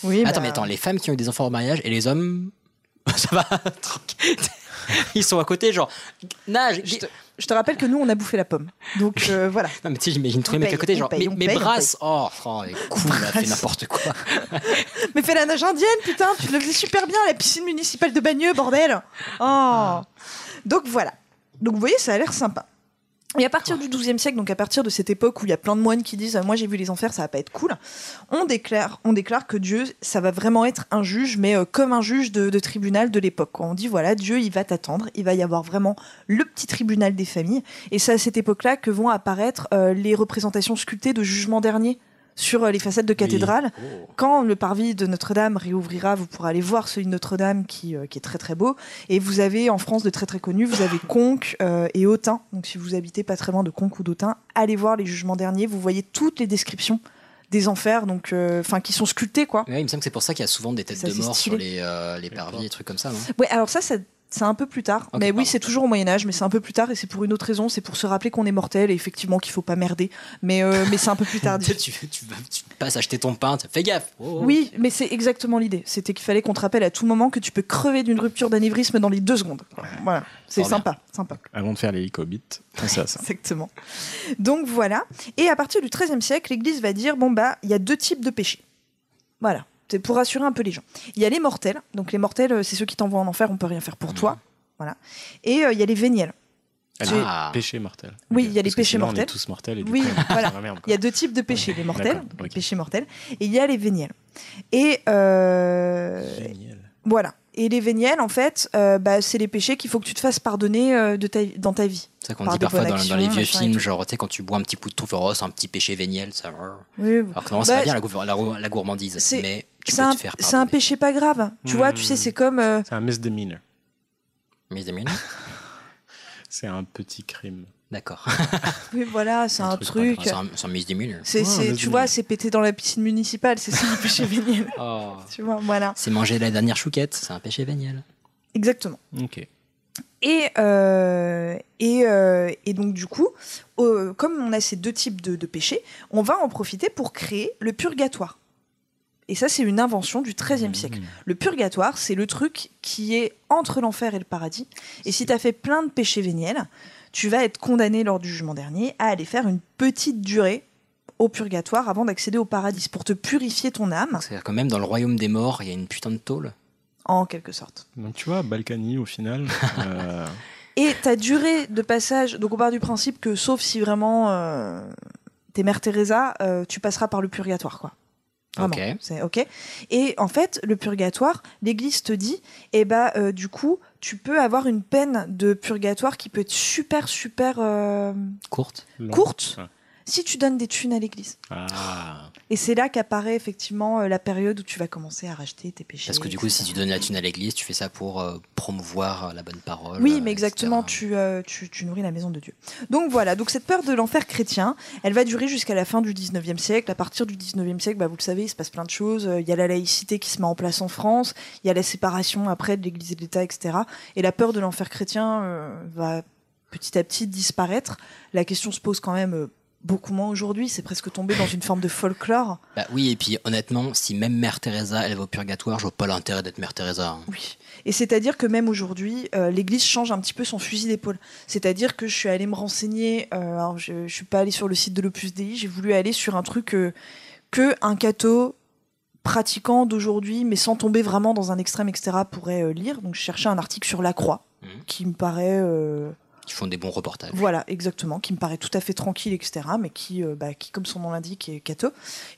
Oui, attends, bah, mais attends, les femmes qui ont eu des enfants au mariage et les hommes, ça va tranquille. Ils sont à côté, genre nage. gui- Je te rappelle que nous on a bouffé la pomme. Donc euh, voilà. Non mais tu sais, j'imagine tous les On mecs paye, à côté, on genre paye, on mais, mais paye, on brasse. Oh, oh elle est cool, elle a fait Brasse. n'importe quoi. Mais fais la nage indienne, putain, tu le faisais super bien à la piscine municipale de Bagneux, bordel. Oh. Donc voilà. Donc vous voyez, ça a l'air sympa. Et à partir du XIIe siècle, donc à partir de cette époque où il y a plein de moines qui disent ah, moi j'ai vu les enfers, ça va pas être cool, on déclare, on déclare que Dieu, ça va vraiment être un juge, mais euh, comme un juge de, de tribunal de l'époque. quoi. On dit voilà, Dieu, il va t'attendre, il va y avoir vraiment le petit tribunal des familles. Et c'est à cette époque-là que vont apparaître euh, les représentations sculptées de jugement dernier sur euh, les façades de cathédrales. Quand le parvis de Notre-Dame réouvrira, vous pourrez aller voir celui de Notre-Dame qui, euh, qui est très très beau. Et vous avez en France de très très connus, vous avez Conques euh, et Autun. Donc si vous habitez pas très loin de Conques ou d'Autun, allez voir les jugements derniers. Vous voyez toutes les descriptions des enfers, donc euh, enfin qui sont sculptés quoi. Ouais, il me semble que c'est pour ça qu'il y a souvent des têtes Ça, de c'est mort sur stylé. les, euh, les parvis et trucs comme ça. non Ouais, alors ça, ça C'est un peu plus tard. mais oui, c'est toujours au Moyen-Âge, mais c'est un peu plus tard et c'est pour une autre raison. C'est pour se rappeler qu'on est mortel et effectivement qu'il faut pas merder. Mais, euh, mais c'est un peu plus tard. tu, tu, tu vas- tu passes acheter ton pain, tu- fais gaffe. Oh, oh. Oui, mais c'est exactement l'idée. C'était qu'il fallait qu'on te rappelle à tout moment que tu peux crever d'une rupture d'anévrisme dans les deux secondes. Voilà, c'est Fort sympa, sympa. Avant de faire les Hobbits, pensez à ça. Exactement. Donc voilà. Et à partir du XIIIe siècle, l'Église va dire bon bah il y a deux types de péchés. Voilà, c'est pour rassurer un peu les gens. Il y a les mortels. Donc les mortels, euh, c'est ceux qui t'envoient en enfer. On peut rien faire pour toi. Voilà. Et euh, il y a les véniels. Elle C'est- est péché mortel. Ah. Oui, il y a Parce les que péchés sinon, On est mortels. tous mortels et du Oui, coup, on- voilà. c'est la merde, quoi. Il y a deux types de péchés, les mortels, D'accord, donc les péchés mortels, et il y a les véniels. Et euh, voilà. Et les véniels, en fait, euh, bah, c'est les péchés qu'il faut que tu te fasses pardonner euh, de ta, dans ta vie. C'est ça qu'on Par dit des parfois bonnes dans, dans actions, les vieux machin et films, tout. genre, tu sais, quand tu bois un petit coup de truffe, oh, c'est un petit péché véniel, ça. Oui, Alors que non, bah, ça va bien la, gour- la- la gourmandise. c'est- Mais tu C'est peux un, te faire c'est un pardonner. Hmm. péché pas grave. Tu vois, tu sais, c'est comme. euh, C'est un misdemeanor. Mais c'est mignon. C'est un petit crime. D'accord. oui, voilà, c'est un truc. C'est un, c'est un misdemeanor. C'est, c'est- tu vois, c'est péter dans la piscine municipale, c'est ça le péché véniel. Oh. Tu vois, voilà. C'est manger la dernière chouquette, c'est un péché véniel. Exactement. Ok. Et, euh, et, euh, et donc, du coup, euh, comme on a ces deux types de, de péchés, on va en profiter pour créer le purgatoire. Et ça, c'est une invention du XIIIe siècle. Le purgatoire, c'est le truc qui est entre l'enfer et le paradis. Et si tu as fait plein de péchés véniels, tu vas être condamné lors du jugement dernier à aller faire une petite durée au purgatoire avant d'accéder au paradis, pour te purifier ton âme, C'est-à-dire que même dans le royaume des morts, il y a une putain de tôle. en quelque sorte. Donc tu vois, Balkany au final. euh, Et ta durée de passage, donc on part du principe que sauf si vraiment euh, t'es Mère Teresa, euh, tu passeras par le purgatoire, quoi. Vraiment, Ok. c'est ok. Et en fait, le purgatoire, l'Église te dit, eh ben, euh, du coup, tu peux avoir une peine de purgatoire qui peut être super, super euh, Courte. long. courte Ouais. si tu donnes des thunes à l'Église. Ah. Et c'est là qu'apparaît effectivement euh, la période où tu vas commencer à racheter tes péchés. Parce que du coup, etc. si tu donnes la thune à l'église, tu fais ça pour euh, promouvoir euh, la bonne parole. euh, Oui, mais etc. exactement, tu, euh, tu, tu nourris la maison de Dieu. Donc voilà, donc cette peur de l'enfer chrétien, elle va durer jusqu'à la fin du 19e siècle. À partir du 19e siècle, bah, vous le savez, il se passe plein de choses. Euh, Il y a la laïcité qui se met en place en France, il y a la séparation après de l'Église et de l'État, etc. Et la peur de l'enfer chrétien euh, va petit à petit disparaître. La question se pose quand même euh, beaucoup moins aujourd'hui, c'est presque tombé dans une forme de folklore. Bah oui, et puis honnêtement, si même Mère Teresa, elle va au purgatoire, je vois pas l'intérêt d'être Mère Teresa. hein. Oui. Et c'est-à-dire que même aujourd'hui, euh, l'Église change un petit peu son fusil d'épaule. C'est-à-dire que je suis allée me renseigner. euh, alors je, je suis pas allée sur le site de l'Opus Dei. J'ai voulu aller sur un truc euh, que un catho pratiquant d'aujourd'hui, mais sans tomber vraiment dans un extrême, etc., pourrait euh, lire. Donc, je cherchais un article sur la croix, Mhm. qui me paraît, euh, Ils font des bons reportages. voilà, exactement, qui me paraît tout à fait tranquille, etc., mais qui, euh, bah, qui comme son nom l'indique, est catho.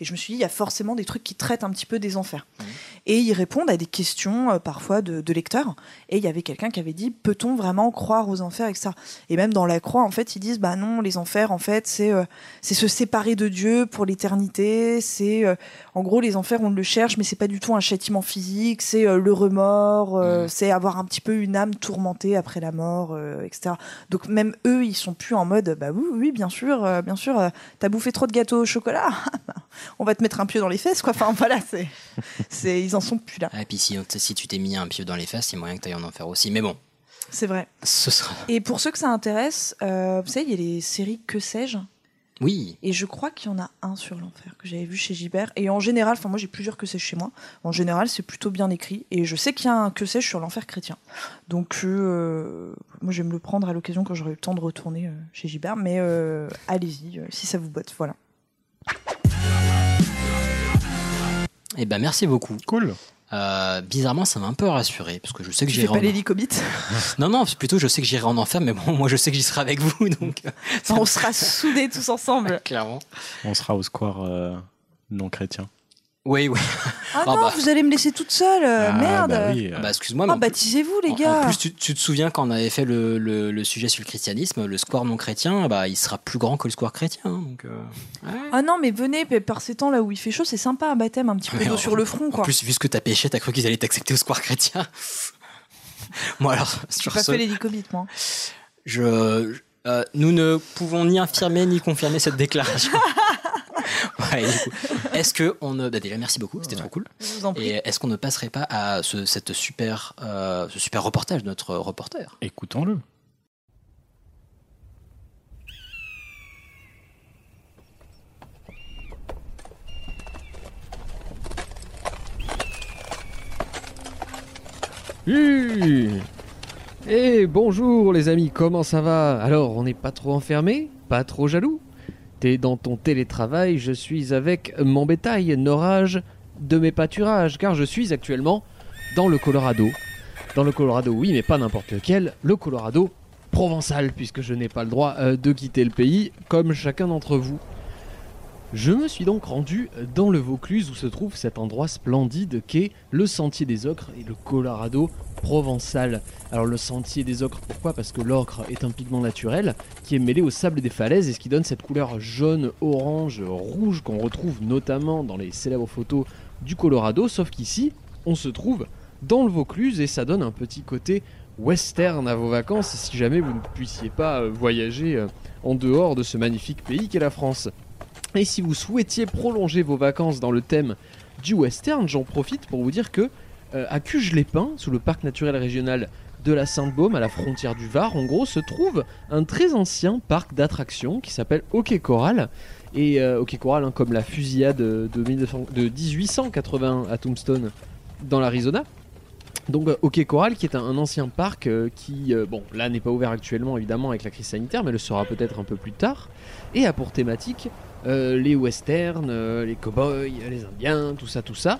Et je me suis dit, il y a forcément des trucs qui traitent un petit peu des enfers. Mhm. Et ils répondent à des questions euh, parfois de, de lecteurs. Et il y avait quelqu'un qui avait dit, peut-on vraiment croire aux enfers, etc. Et même dans la croix, en fait, ils disent, bah non, les enfers, en fait, c'est euh, c'est se séparer de Dieu pour l'éternité. C'est euh, en gros, les enfers, on le cherche, mais c'est pas du tout un châtiment physique. C'est euh, le remords, euh, Mhm. c'est avoir un petit peu une âme tourmentée après la mort, euh, etc. Donc même eux, ils sont plus en mode, bah oui, oui, bien sûr, euh, bien sûr, euh, t'as bouffé trop de gâteaux au chocolat, on va te mettre un pieu dans les fesses, quoi. Enfin voilà, c'est, c'est, ils en sont plus là. Ah, et puis si, si tu t'es mis un pieu dans les fesses, il y a moyen que t'ailles en enfer aussi. Mais bon, C'est vrai. ce sera. Et pour ceux que ça intéresse, euh, vous savez, il y a les séries Que sais-je. Oui, Et je crois qu'il y en a un sur l'enfer que j'avais vu chez Gibert. Et en général, enfin moi j'ai plusieurs que sais-je chez moi. En général, c'est plutôt bien écrit. Et je sais qu'il y a un que sais-je sur l'enfer chrétien. Donc euh, moi je vais me le prendre à l'occasion quand j'aurai eu le temps de retourner euh, chez Gibert. Mais euh, allez-y euh, si ça vous botte. Voilà. et ben merci beaucoup. Cool. Euh, bizarrement, ça m'a un peu rassuré parce que je sais que Tu fais j'irai pas en... les lycobites. Non, non, c'est plutôt je sais que j'irai en enfer, mais bon, moi je sais que j'y serai avec vous, donc euh, Enfin, on sera soudés tous ensemble. clairement. On sera au square euh, non chrétien. Oui, oui. Ah Ah non, bah. vous allez me laisser toute seule. euh, Ah, merde. bah oui, euh, Bah excuse-moi, mais Ah, en plus- baptisez-vous, les en- gars. En plus, tu, tu te souviens quand on avait fait le, le- le sujet sur le christianisme, le square non chrétien, bah il sera plus grand que le square chrétien. hein, donc, euh, Ah non, mais venez, p- par ces temps là où il fait chaud, c'est sympa un baptême, un petit peu Mais d'eau en- sur le front, En quoi. plus, vu ce que t'as péché, t'as cru qu'ils allaient t'accepter au square chrétien. Moi alors, J'ai sur pas ce, fait l'hélicobites, moi. je, je- euh, nous ne pouvons ni infirmer ni confirmer cette déclaration. pareil. du coup. Est-ce que on ne... bah, déjà merci beaucoup, c'était trop cool. Je vous en prie. Et est-ce qu'on ne passerait pas à ce, cette super, euh, ce super reportage de notre reporter euh, Écoutons-le. Hu Eh bonjour les amis, comment ça va Alors, on n'est pas trop enfermé Pas trop jaloux T'es dans ton télétravail, je suis avec mon bétail, norage de mes pâturages, car je suis actuellement dans le Colorado. Dans le Colorado, oui, mais pas n'importe lequel, le Colorado provençal, puisque je n'ai pas le droit euh, de quitter le pays, comme chacun d'entre vous. Je me suis donc rendu dans le Vaucluse où se trouve cet endroit splendide qu'est le Sentier des Ocres et le Colorado provençal. Alors le Sentier des Ocres, pourquoi Parce que l'ocre est un pigment naturel qui est mêlé au sable des falaises et ce qui donne cette couleur jaune, orange, rouge qu'on retrouve notamment dans les célèbres photos du Colorado, sauf qu'ici on se trouve dans le Vaucluse et ça donne un petit côté western à vos vacances si jamais vous ne puissiez pas euh, voyager euh, en dehors de ce magnifique pays qu'est la France. Et si vous souhaitiez prolonger vos vacances dans le thème du western, j'en profite pour vous dire que euh, à Cuges-les-Pins, sous le parc naturel régional de la Sainte-Baume, à la frontière du Var, en gros, se trouve un très ancien parc d'attractions qui s'appelle Hockey Corral. Et euh, Hockey Corral, hein, comme la fusillade de, 1900 de 1881 à Tombstone dans l'Arizona. Donc euh, Hockey Corral, qui est un, un ancien parc euh, qui, euh, bon, là n'est pas ouvert actuellement évidemment avec la crise sanitaire, mais le sera peut-être un peu plus tard, et a pour thématique euh, les westerns, euh, les cowboys, euh, les indiens, tout ça, tout ça.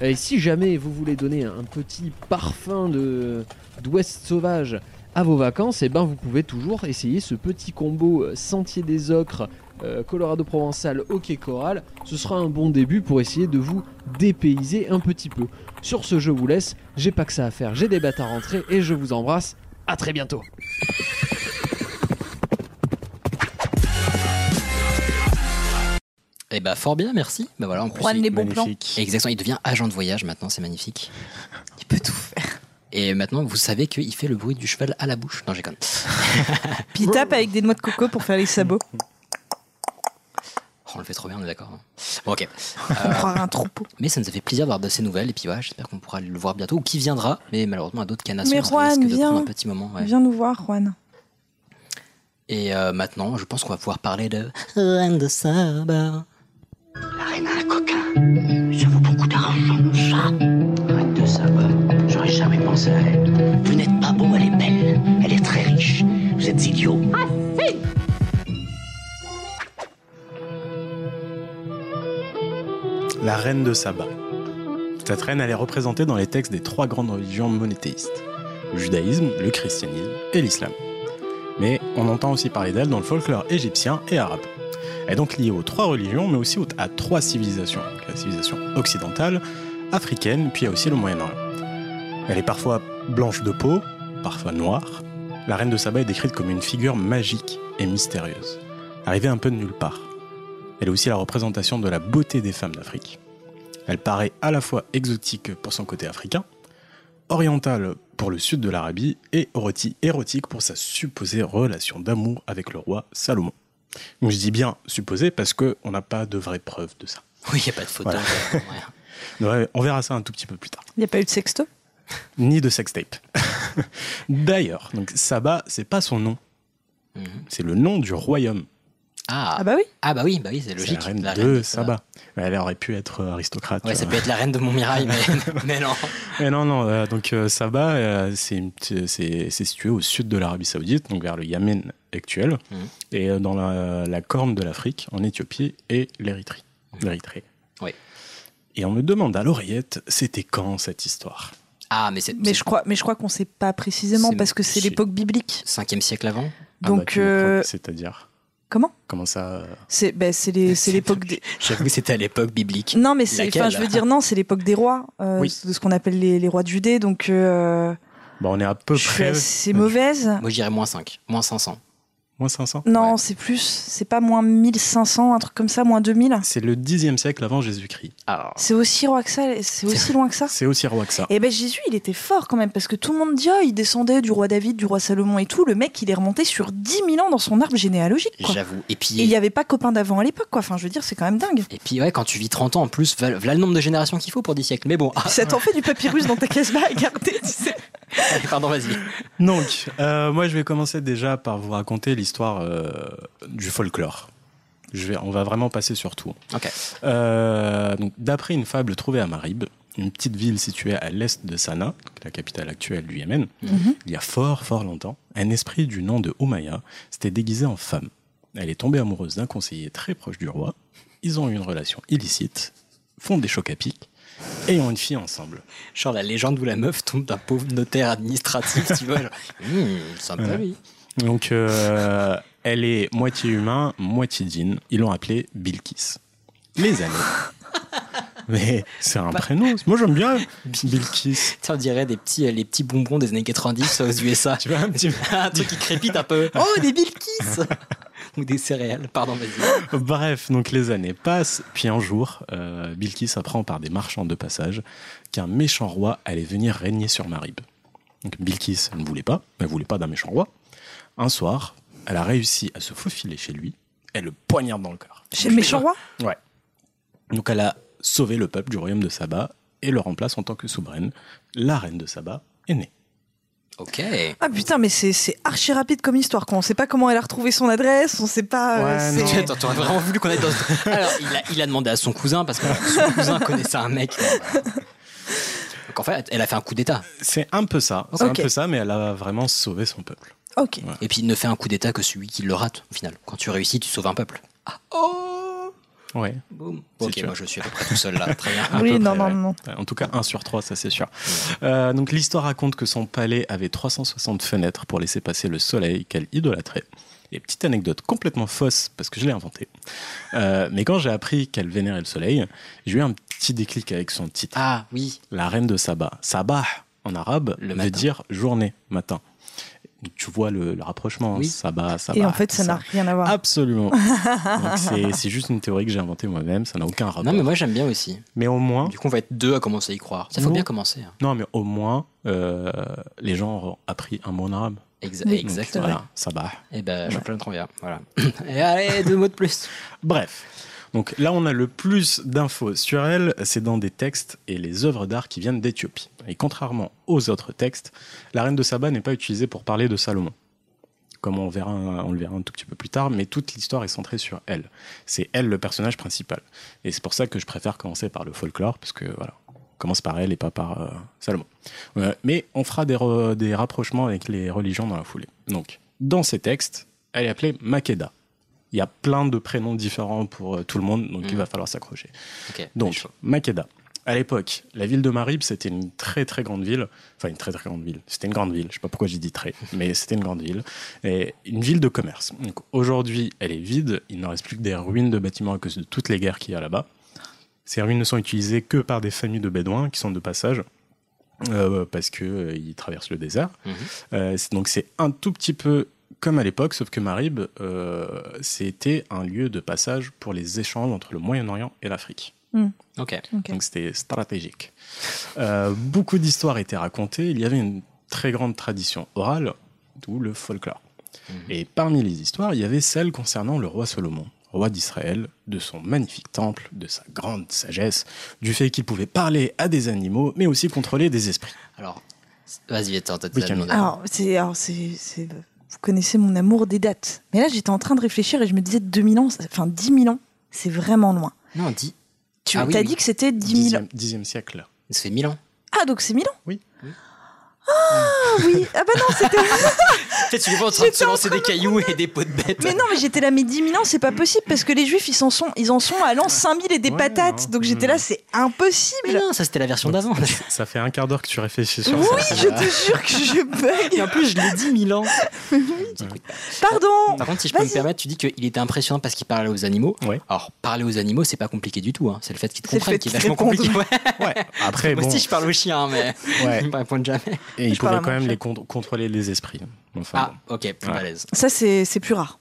Et si jamais vous voulez donner un petit parfum de d'ouest sauvage à vos vacances, et ben vous pouvez toujours essayer ce petit combo euh, Sentier des Ocres, euh, Colorado Provençal, Hockey Corral. Ce sera un bon début pour essayer de vous dépayser un petit peu. Sur ce, je vous laisse. J'ai pas que ça à faire, j'ai des bêtes à rentrer et je vous embrasse. À très bientôt. Eh bah fort bien, merci. Bah voilà, en plus, Juan il- les bons plans. Exactement, il devient agent de voyage maintenant, c'est magnifique. Il peut tout faire. Et maintenant, vous savez qu'il fait le bruit du cheval à la bouche. Non, j'éconne. Puis il tape avec des noix de coco pour faire les sabots. Oh, on le fait trop bien, on est d'accord. hein. Bon, ok. On Euh, croirait un troupeau. mais ça nous a fait plaisir d'avoir de ces nouvelles. Et puis voilà, j'espère qu'on pourra le voir bientôt ou qui viendra. Mais malheureusement, à d'autres canassons, Mais ça Juan, risque de viens. prendre un petit moment. ouais. Viens nous voir, Juan. Et euh, maintenant, je pense qu'on va pouvoir parler de Reine de Saba. La reine à la coquin. Ça vaut beaucoup d'argent, ça. Arrête de ça, bah. J'aurais jamais pensé à elle. Vous n'êtes pas beau, elle est belle. Elle est très riche. Vous êtes idiots. La reine de Saba. Cette reine, elle est représentée dans les textes des trois grandes religions monothéistes le judaïsme, le christianisme et l'islam. Mais on entend aussi parler d'elle dans le folklore égyptien et arabe. Elle est donc liée aux trois religions, mais aussi aux- à trois civilisations la civilisation occidentale, africaine, puis il y a aussi le Moyen-Orient. Elle est parfois blanche de peau, parfois noire. La reine de Saba est décrite comme une figure magique et mystérieuse, arrivée un peu de nulle part. Elle est aussi la représentation de la beauté des femmes d'Afrique. Elle paraît à la fois exotique pour son côté africain, orientale pour le sud de l'Arabie et rôti- érotique pour sa supposée relation d'amour avec le roi Salomon. Donc je dis bien supposée parce qu'on n'a pas de vraie preuve de ça. Oui, il n'y a pas de photo. Voilà. ouais, ouais. Ouais, on verra ça un tout petit peu plus tard. Il n'y a pas eu de sexto Ni de sextape. D'ailleurs, donc Saba, c'est pas son nom, Mhm. c'est le nom du royaume. Ah. Ah bah oui. ah, bah oui, bah oui, c'est C'est logique. la reine La de, reine Saba. Elle aurait pu être aristocrate. euh, Ouais, tu ça vois. peut être la reine de Montmirail, mais, mais non. Eh non, non, euh, donc euh, Saba, euh, c'est une petite- c'est c'est situé au sud de l'Arabie Saoudite, donc vers le Yémen actuel, Mhm. et euh, dans la, la corne de l'Afrique, en Éthiopie et l'Érythrée. L'Érythrée. Oui. Et on me demande à l'oreillette, c'était quand cette histoire Ah, mais c'est Mais je crois, mais je crois qu'on sait pas précisément C'est- parce que c'est c'est- l'époque biblique. 5e siècle avant Ah bah, Donc tu me prends- euh, C'est-à-dire comment Comment ça euh, C'est ben, c'est les- c'est C'est- l'époque des. J'avoue, c'était à l'époque biblique. Non, mais c'est. Laquelle Enfin, je veux dire non, c'est l'époque des rois, euh, Oui. de ce qu'on appelle les, les rois de Judée. Donc euh, Bon, bah, on est à peu je suis près. assez mauvaise. Moi, je dirais moins 5, moins 500. Moins 500 Non, c'est plus. C'est pas moins 1500, un truc comme ça, moins 2000. C'est le 10e siècle avant Jésus-Christ. C'est aussi roi que ça, c'est aussi loin que ça. C'est aussi roi que ça. Et ben Jésus, il était fort quand même, parce que tout le monde dit, oh, il descendait du roi David, du roi Salomon et tout. Le mec, il est remonté sur 10 000 ans dans son arbre généalogique. quoi. J'avoue. Et puis, Et il n'y avait pas copain d'avant à l'époque, quoi. Enfin, je veux dire, c'est quand même dingue. et puis ouais, quand tu vis 30 ans en plus, voilà voilà le nombre de générations qu'il faut pour 10 siècles. Mais bon, ah, Ça t'en fait du papyrus dans ta caisse à garder, tu sais. pardon, vas-y. Donc, euh, moi, je vais commencer déjà par vous raconter l'histoire euh, du folklore. Je vais, on va vraiment passer sur tout. Ok. Euh, donc, D'après une fable trouvée à Marib, une petite ville située à l'est de Sanaa, la capitale actuelle du Yémen, Mhm. il y a fort, fort longtemps, un esprit du nom de Oumaya s'était déguisé en femme. Elle est tombée amoureuse d'un conseiller très proche du roi. Ils ont eu une relation illicite, font des chocs à pic et ont une fille ensemble. Genre la légende où la meuf tombe d'un pauvre notaire administratif, tu vois. Genre, Hmm, sympa, Ouais. oui. Donc, euh, elle est moitié humain, moitié djinn. Ils l'ont appelée Bilkis. Les années. Mais c'est un prénom. Moi, j'aime bien Tu Bilkis. sais, on dirait des petits, euh, les petits bonbons des années 90 aux USA. Tu vois, un petit un truc qui crépite un peu. Oh, des Bilkis Ou des céréales, pardon, vas-y. Bref, donc les années passent, puis un jour, euh, Bilkis apprend par des marchands de passage qu'un méchant roi allait venir régner sur Marib. Donc Bilkis elle ne voulait pas, elle ne voulait pas d'un méchant roi. Un soir, elle a réussi à se faufiler chez lui, elle le poignarde dans le corps. Chez le méchant roi Ouais. Donc elle a sauvé le peuple du royaume de Saba et le remplace en tant que souveraine. La reine de Saba est née. Ok. Ah putain, mais c'est c'est archi rapide comme histoire, quoi. On sait pas comment elle a retrouvé son adresse, on sait pas. euh, Ouais, c'est- Attends, t'aurais vraiment voulu qu'on aille dans ce- Alors, il a, il a demandé à son cousin, parce que son cousin connaissait un mec. Donc en fait, elle a fait un coup d'état. C'est un peu ça, c'est Ok. un peu ça, mais elle a vraiment sauvé son peuple. Ok. Et puis, il ne fait un coup d'état que celui qui le rate, au final. Quand tu réussis, tu sauves un peuple. Ah, oh Ouais. Boum. Si Ok, tu moi veux. je suis à peu près tout seul là, très bien. À Oui, peu non, près, non, non. Ouais, En tout cas, 1 sur 3, ça c'est sûr. Euh, donc l'histoire raconte que son palais avait 360 fenêtres pour laisser passer le soleil qu'elle idolâtrait. Et petite anecdote complètement fausse, parce que je l'ai inventée. Euh, mais quand j'ai appris qu'elle vénérait le soleil, j'ai eu un petit déclic avec son titre. Ah oui, La reine de Saba. Sabah, en arabe, Le veut matin. dire journée, matin. Tu vois le, le rapprochement, hein, Oui. Sabah, Sabah. Et en fait, tout ça n'a rien à voir. Ah, Absolument. Donc, c'est- c'est juste une théorie que j'ai inventée moi-même, ça n'a aucun rapport. non mais moi j'aime bien aussi. mais au moins, Du coup on va être deux à commencer à y croire. Ça faut Non. bien commencer. hein. Non, mais au moins, euh, les gens auront appris un mot en arabe. Exa- Oui, c'est exactement. vrai. Voilà, ça va. Et ben Jean-Claude Tronvia, voilà. Et allez, deux mots de plus. Bref. Donc là, on a le plus d'infos sur elle, c'est dans des textes et les œuvres d'art qui viennent d'Éthiopie. Et contrairement aux autres textes, la reine de Saba n'est pas utilisée pour parler de Salomon. Comme on, verra, on le verra un tout petit peu plus tard, mais toute l'histoire est centrée sur elle. C'est elle le personnage principal. Et c'est pour ça que je préfère commencer par le folklore, parce que voilà, on commence par elle et pas par euh, Salomon. Ouais, mais on fera des, re- des rapprochements avec les religions dans la foulée. Donc, dans ces textes, elle est appelée Makeda. Il y a plein de prénoms différents pour euh, tout le monde, donc Mhm. il va falloir s'accrocher. Ok. Donc, Makeda. À l'époque, la ville de Marib, c'était une très très grande ville. Enfin, une très très grande ville. C'était une grande ville. Je sais pas pourquoi j'ai dit très, mais c'était une grande ville. Et une ville de commerce. Donc, aujourd'hui, elle est vide. Il n'en reste plus que des ruines de bâtiments à cause de toutes les guerres qu'il y a là-bas. Ces ruines ne sont utilisées que par des familles de bédouins qui sont de passage. euh, parce que euh, ils traversent le désert. Mhm. Euh, c'est- donc c'est un tout petit peu comme à l'époque, sauf que Marib, euh, c'était un lieu de passage pour les échanges entre le Moyen-Orient et l'Afrique. ok. Ok. Donc c'était stratégique. Euh, beaucoup d'histoires étaient racontées. Il y avait une très grande tradition orale, d'où le folklore. Et parmi les histoires, il y avait celle concernant le roi Salomon, roi d'Israël, de son magnifique temple, de sa grande sagesse, du fait qu'il pouvait parler à des animaux, mais aussi contrôler des esprits. Alors, c- vas-y, attends, t'as Oui, t'as Camille. demandé. Alors, c'est, alors c'est, c'est- vous connaissez mon amour des dates. Mais là, j'étais en train de réfléchir et je me disais 2000 ans, ça- enfin 10 000 ans, c'est vraiment loin. Non, dis, Tu Ah oui, as oui. dit que c'était 10 000 ans. Dixième, dixième siècle. ça fait mille ans. Ah, donc c'est 1000 ans Oui. Ah oui Ah bah non, c'était... Peut-être tu es pas en train de se lancer des cailloux et des pots de bêtes. Mais non, mais j'étais là, mais 10 000 ans, c'est pas possible, parce que les juifs, ils, s'en sont, ils en sont à l'an 5000 et des Ouais, patates. non. Donc j'étais là, c'est impossible. Mais non, ça c'était la version d'avant. Ça fait un quart d'heure que tu réfléchis sur ça. Oui, je te jure que je bug. Et en plus, je l'ai dit mille ans. Écoute, Pardon. Par contre, si je peux me Vas-y. permettre, tu dis qu'il était impressionnant parce qu'il parlait aux animaux. Ouais. Alors, parler aux animaux, c'est pas compliqué du tout. hein. C'est le fait qu'ils te C'est le comprennent fait qui est qu'ils vachement compliqué. répondent. Ouais. Après, Moi bon, aussi, je parle aux chiens, mais Ouais. ils me répondent jamais. Et il parle pouvait à quand mon même chat. les con- contrôler les esprits. Enfin, Ah, ok, plus Ouais. balèze. Mm, Ça, c'est c'est plus rare.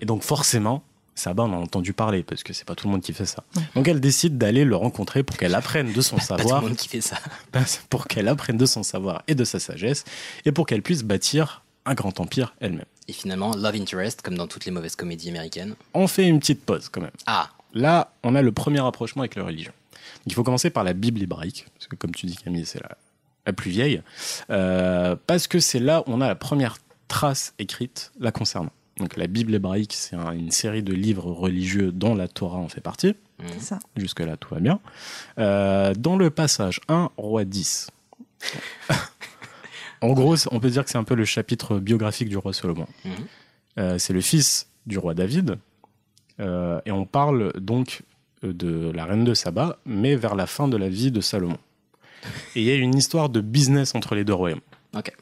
Et donc forcément, Saba en a entendu parler parce que c'est pas tout le monde qui fait ça. Donc elle décide d'aller le rencontrer pour qu'elle apprenne de son Pas tout le savoir, monde qui fait ça. pour qu'elle apprenne de son savoir et de sa sagesse, et pour qu'elle puisse bâtir un grand empire elle-même. Et finalement, Love Interest, comme dans toutes les mauvaises comédies américaines. On fait une petite pause quand même. Ah, Là, on a le premier rapprochement avec la religion. Donc, il faut commencer par la Bible hébraïque, parce que comme tu dis Camille, c'est la, la plus vieille, euh, parce que c'est là où on a la première trace écrite la concernant. Donc la Bible hébraïque, c'est un- une série de livres religieux dont la Torah en fait partie. C'est ça. Jusque-là, tout va bien. Euh, dans le passage 1, roi 10. en gros, c'est- on peut dire que c'est un peu le chapitre biographique du roi Salomon. Mhm. Euh, c'est le fils du roi David. Euh, et on parle donc euh, de la reine de Saba, mais vers la fin de la vie de Salomon. Et il y a une histoire de business entre les deux royaumes. ok.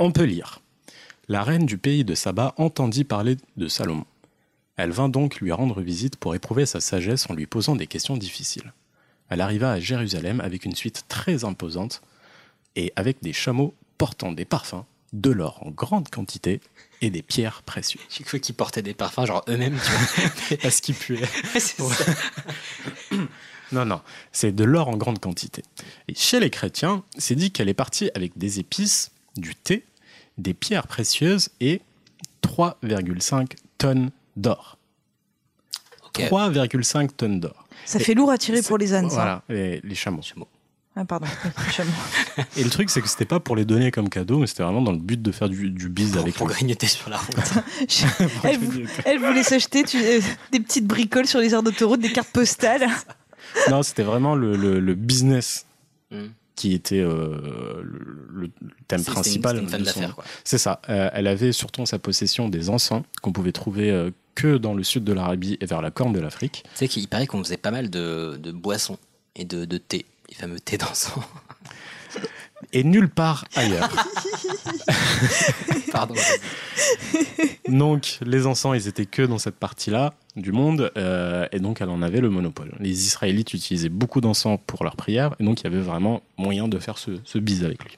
On peut lire. La reine du pays de Saba entendit parler de Salomon. Elle vint donc lui rendre visite pour éprouver sa sagesse en lui posant des questions difficiles. Elle arriva à Jérusalem avec une suite très imposante et avec des chameaux portant des parfums, de l'or en grande quantité et des pierres précieuses. J'ai cru qu'ils portaient des parfums, genre eux-mêmes, tu vois. Parce qu'ils puaient. C'est ça. Non, non, c'est de l'or en grande quantité. Et chez les chrétiens, c'est dit qu'elle est partie avec des épices, du thé, des pierres précieuses et 3,5 tonnes d'or. Ok. 3,5 tonnes d'or. Ça Et- fait lourd à tirer pour les ânes, ça. Voilà, les, les chameaux. Ah, pardon. Chameau. Et le truc, c'est que c'était pas pour les donner comme cadeau, mais c'était vraiment dans le but de faire du, du bise avec Pour eux. grignoter sur la route. Elle, vou- elle voulait s'acheter tu- euh, des petites bricoles sur les aires d'autoroute, des cartes postales. Non, c'était vraiment le, le- le business Mm. qui était euh, le, le C'était thème une- principal. c'était une femme de son- d'affaires, quoi. C'est ça. Euh, elle avait surtout en sa possession des encens qu'on pouvait trouver euh, que dans le sud de l'Arabie et vers la corne de l'Afrique. Tu sais qu'il paraît qu'on faisait pas mal de, de boissons et de, de thé, les fameux thés d'encens. Et nulle part ailleurs. Pardon. donc, les encens, ils étaient que dans cette partie-là du monde, euh, et donc elle en avait le monopole. Les Israélites utilisaient beaucoup d'encens pour leurs prières, et donc il y avait vraiment moyen de faire ce, ce bise avec lui.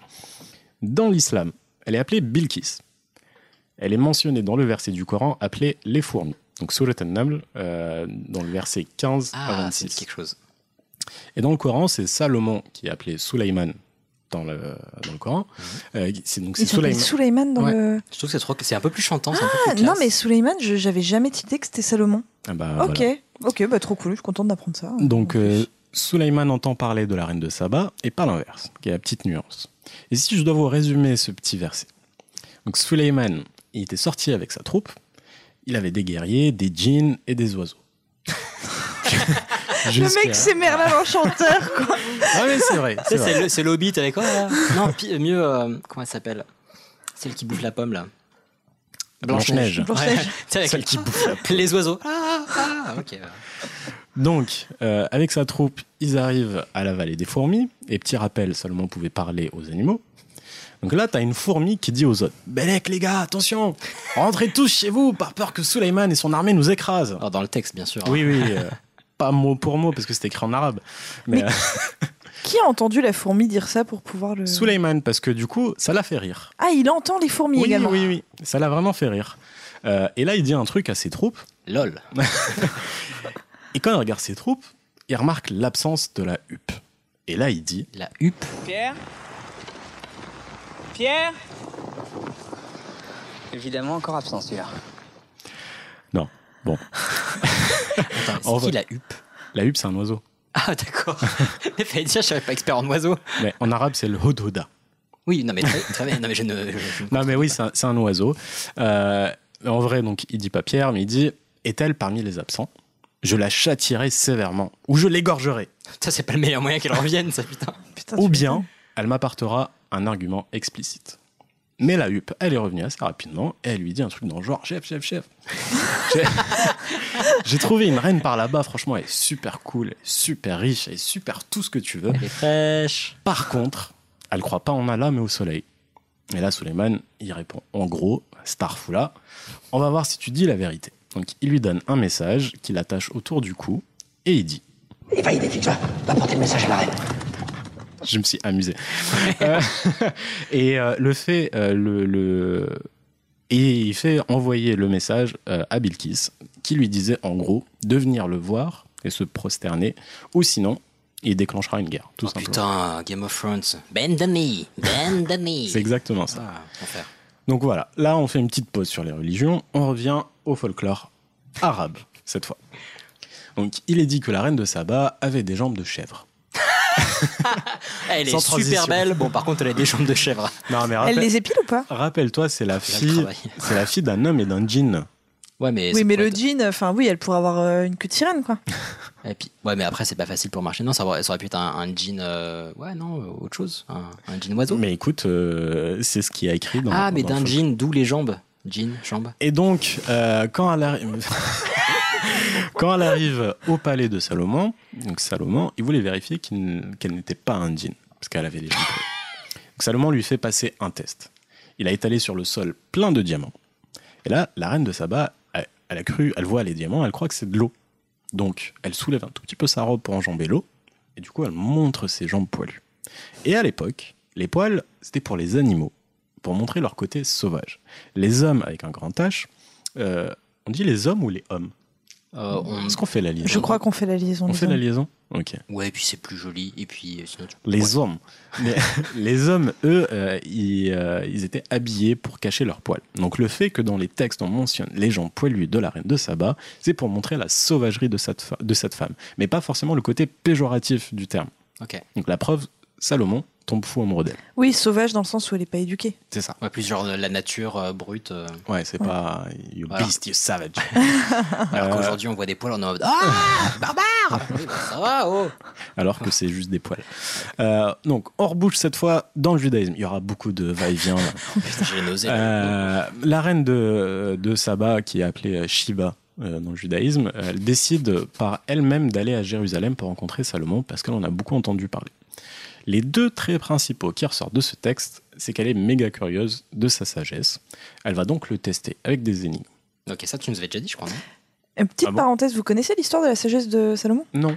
Dans l'islam, elle est appelée Bilkis. Elle est mentionnée dans le verset du Coran appelé les fourmis. Donc, Surat An-Naml, euh, dans le verset 15 à Ah, c'est 26. quelque chose. Et dans le Coran, c'est Salomon qui est appelé Souleyman dans le, dans le Coran. Mhm. Euh, c'est donc c'est Il s'appelle Souleyman- Souleyman dans Ouais. le. Je trouve que c'est trop- c'est un peu plus chantant, c'est un peu Ah, plus non, classe. mais Souleyman, je- j'avais jamais tilté que c'était Salomon. Ah bah, ok, voilà. ok, bah trop cool, je suis contente d'apprendre ça. Donc, euh, Souleyman entend parler de la reine de Saba et pas l'inverse, qui est la petite nuance. Et si je dois vous résumer ce petit verset Donc, Souleyman, il était sorti avec sa troupe. Il avait des guerriers, des djinns et des oiseaux. le mec, c'est Merlin l'Enchanteur, quoi. Ah, mais c'est vrai. Tu c'est sais, vrai. C'est le- c'est l'Hobbit avec quoi là Non, pi- mieux. euh, comment elle s'appelle Celle qui bouffe la pomme là. Blanche-Neige. Blanche-Neige. Ouais. Tu sais, avec Celle les, qui bouffe la peau. les oiseaux. Ah, ah, ok. voilà. Donc, euh, avec sa troupe, ils arrivent à la vallée des fourmis. Et petit rappel, Salomon pouvait parler aux animaux. Donc là, t'as une fourmi qui dit aux autres Belek, les gars, attention Rentrez tous chez vous, par peur que Souleyman et son armée nous écrasent Alors, dans le texte, bien sûr. hein. Oui, oui, euh, pas mot pour mot, parce que c'était écrit en arabe. Mais, euh, Qui a entendu la fourmi dire ça pour pouvoir le. Souleyman, parce que du coup, ça l'a fait rire. Ah, il entend les fourmis Oui, également. oui, oui, ça l'a vraiment fait rire. Euh, et là, il dit un truc à ses troupes. Lol. Et quand il regarde ses troupes, il remarque l'absence de la huppe. Et là, il dit La huppe. Pierre Pierre Évidemment, encore absent celui-là. Non, bon. Attends, Au c'est qui la revoir. huppe La huppe, c'est un oiseau. Ah, d'accord. Mais fallait dire, je serais pas expert en oiseaux. Mais en arabe, c'est le hodhoda. Oui, non, mais très, très bien. Non, mais je ne. je- je- Non, mais oui, c'est un, c'est un oiseau. Euh, en vrai, donc, il dit pas Pierre, mais il dit Est-elle parmi les absents Je la châtierai sévèrement, ou je l'égorgerai, Ça, c'est pas le meilleur moyen qu'elle revienne, ça, putain. Putain, tu ou bien elle m'apportera un argument explicite. Mais la huppe, elle est revenue assez rapidement et elle lui dit un truc dans le genre Chef, chef, chef. J'ai- J'ai trouvé une reine par là-bas, franchement, elle est super cool, elle est super riche, elle est super tout ce que tu veux. Elle est fraîche. Par contre, elle croit pas en Allah mais au soleil. Et là, Suleiman, il répond en gros, Starfoula, on va voir si tu dis la vérité. Donc, il lui donne un message qu'il attache autour du cou et il dit Et va, il est vite, va. Va porter le message à la reine. je me suis amusé. Euh, et euh, le fait, euh, le, le- et il fait envoyer le message euh, à Bilkis, qui lui disait en gros de venir le voir et se prosterner, ou sinon il déclenchera une guerre, Oh, tout simplement. Oh, Putain, Game of Thrones. Ben Bend the knee, bend the knee. C'est exactement ça. Ah, enfer. Donc voilà, là on fait une petite pause sur les religions, on revient au folklore arabe cette fois. Donc il est dit que la reine de Saba avait des jambes de chèvre. Elle est Sans super transition. belle. Bon, par contre, elle a des jambes de chèvre. Non mais Elle rappelle- les épile ou pas rappelle-toi, c'est la le fille, travail. c'est la fille d'un homme et d'un djinn. Ouais, mais. Oui, c'est mais pour le être- jean, enfin oui, elle pourrait avoir euh, une queue de sirène, quoi. Et puis, ouais, mais après, c'est pas facile pour marcher. Non, ça aurait, ça aurait pu être un, un jean. euh, Ouais, non, euh, autre chose. Un, un jean oiseau. Mais écoute, euh, c'est ce qui a écrit dans. ah, mais dans d'un le folklore. jean, d'où les jambes. Jean, jambes. Et donc, euh, quand, elle arrive... quand elle arrive au palais de Salomon, donc Salomon, il voulait vérifier qu'il n- qu'elle n'était pas un djinn, parce qu'elle avait les jambes. creuses. Donc Salomon lui fait passer un test. Il a étalé sur le sol plein de diamants. Et là, la reine de Saba, elle, elle a cru, elle voit les diamants, elle croit que c'est de l'eau. Donc, elle soulève un tout petit peu sa robe pour enjamber l'eau, et du coup, elle montre ses jambes poilues. Et à l'époque, les poils, c'était pour les animaux, pour montrer leur côté sauvage les hommes avec un grand H, euh, on dit les hommes ou les hommes Euh, on... Est-ce qu'on fait la liaison Je crois qu'on fait la liaison. On les fait hommes. la liaison Ok. Ouais, et puis c'est plus joli. Et puis, euh, sinon, tu- Ouais. Les hommes. Mais les hommes, eux, euh, ils, euh, ils étaient habillés pour cacher leurs poils. Donc le fait que dans les textes on mentionne les gens poilus de la reine de Saba, c'est pour montrer la sauvagerie de cette, fa- de cette femme. Mais pas forcément le côté péjoratif du terme. Ok. Donc la preuve, Salomon tombe fou amoureux d'elle. Oui, sauvage dans le sens où elle n'est pas éduquée. C'est ça. Ouais, plus genre de la nature euh, brute. euh, Ouais, c'est pas you Voilà. beast, you savage. Alors Euh, qu'aujourd'hui, on voit des poils, on est en mode Ah, barbare Oui, bah, Ça va, oh alors que c'est juste des poils. Euh, donc, on rebouche cette fois dans le judaïsme. Il y aura beaucoup de va-et-vient. là. J'ai nausé. Euh, la reine de, de Saba, qui est appelée euh, Shiva euh, dans le judaïsme, elle décide par elle-même d'aller à Jérusalem pour rencontrer Salomon parce qu'elle en a beaucoup entendu parler. Les deux traits principaux qui ressortent de ce texte, c'est qu'elle est méga curieuse de sa sagesse. Elle va donc le tester avec des énigmes. Ok, ça, tu nous avais déjà dit, je crois. non Une petite Ah bon parenthèse, vous connaissez l'histoire de la sagesse de Salomon Non.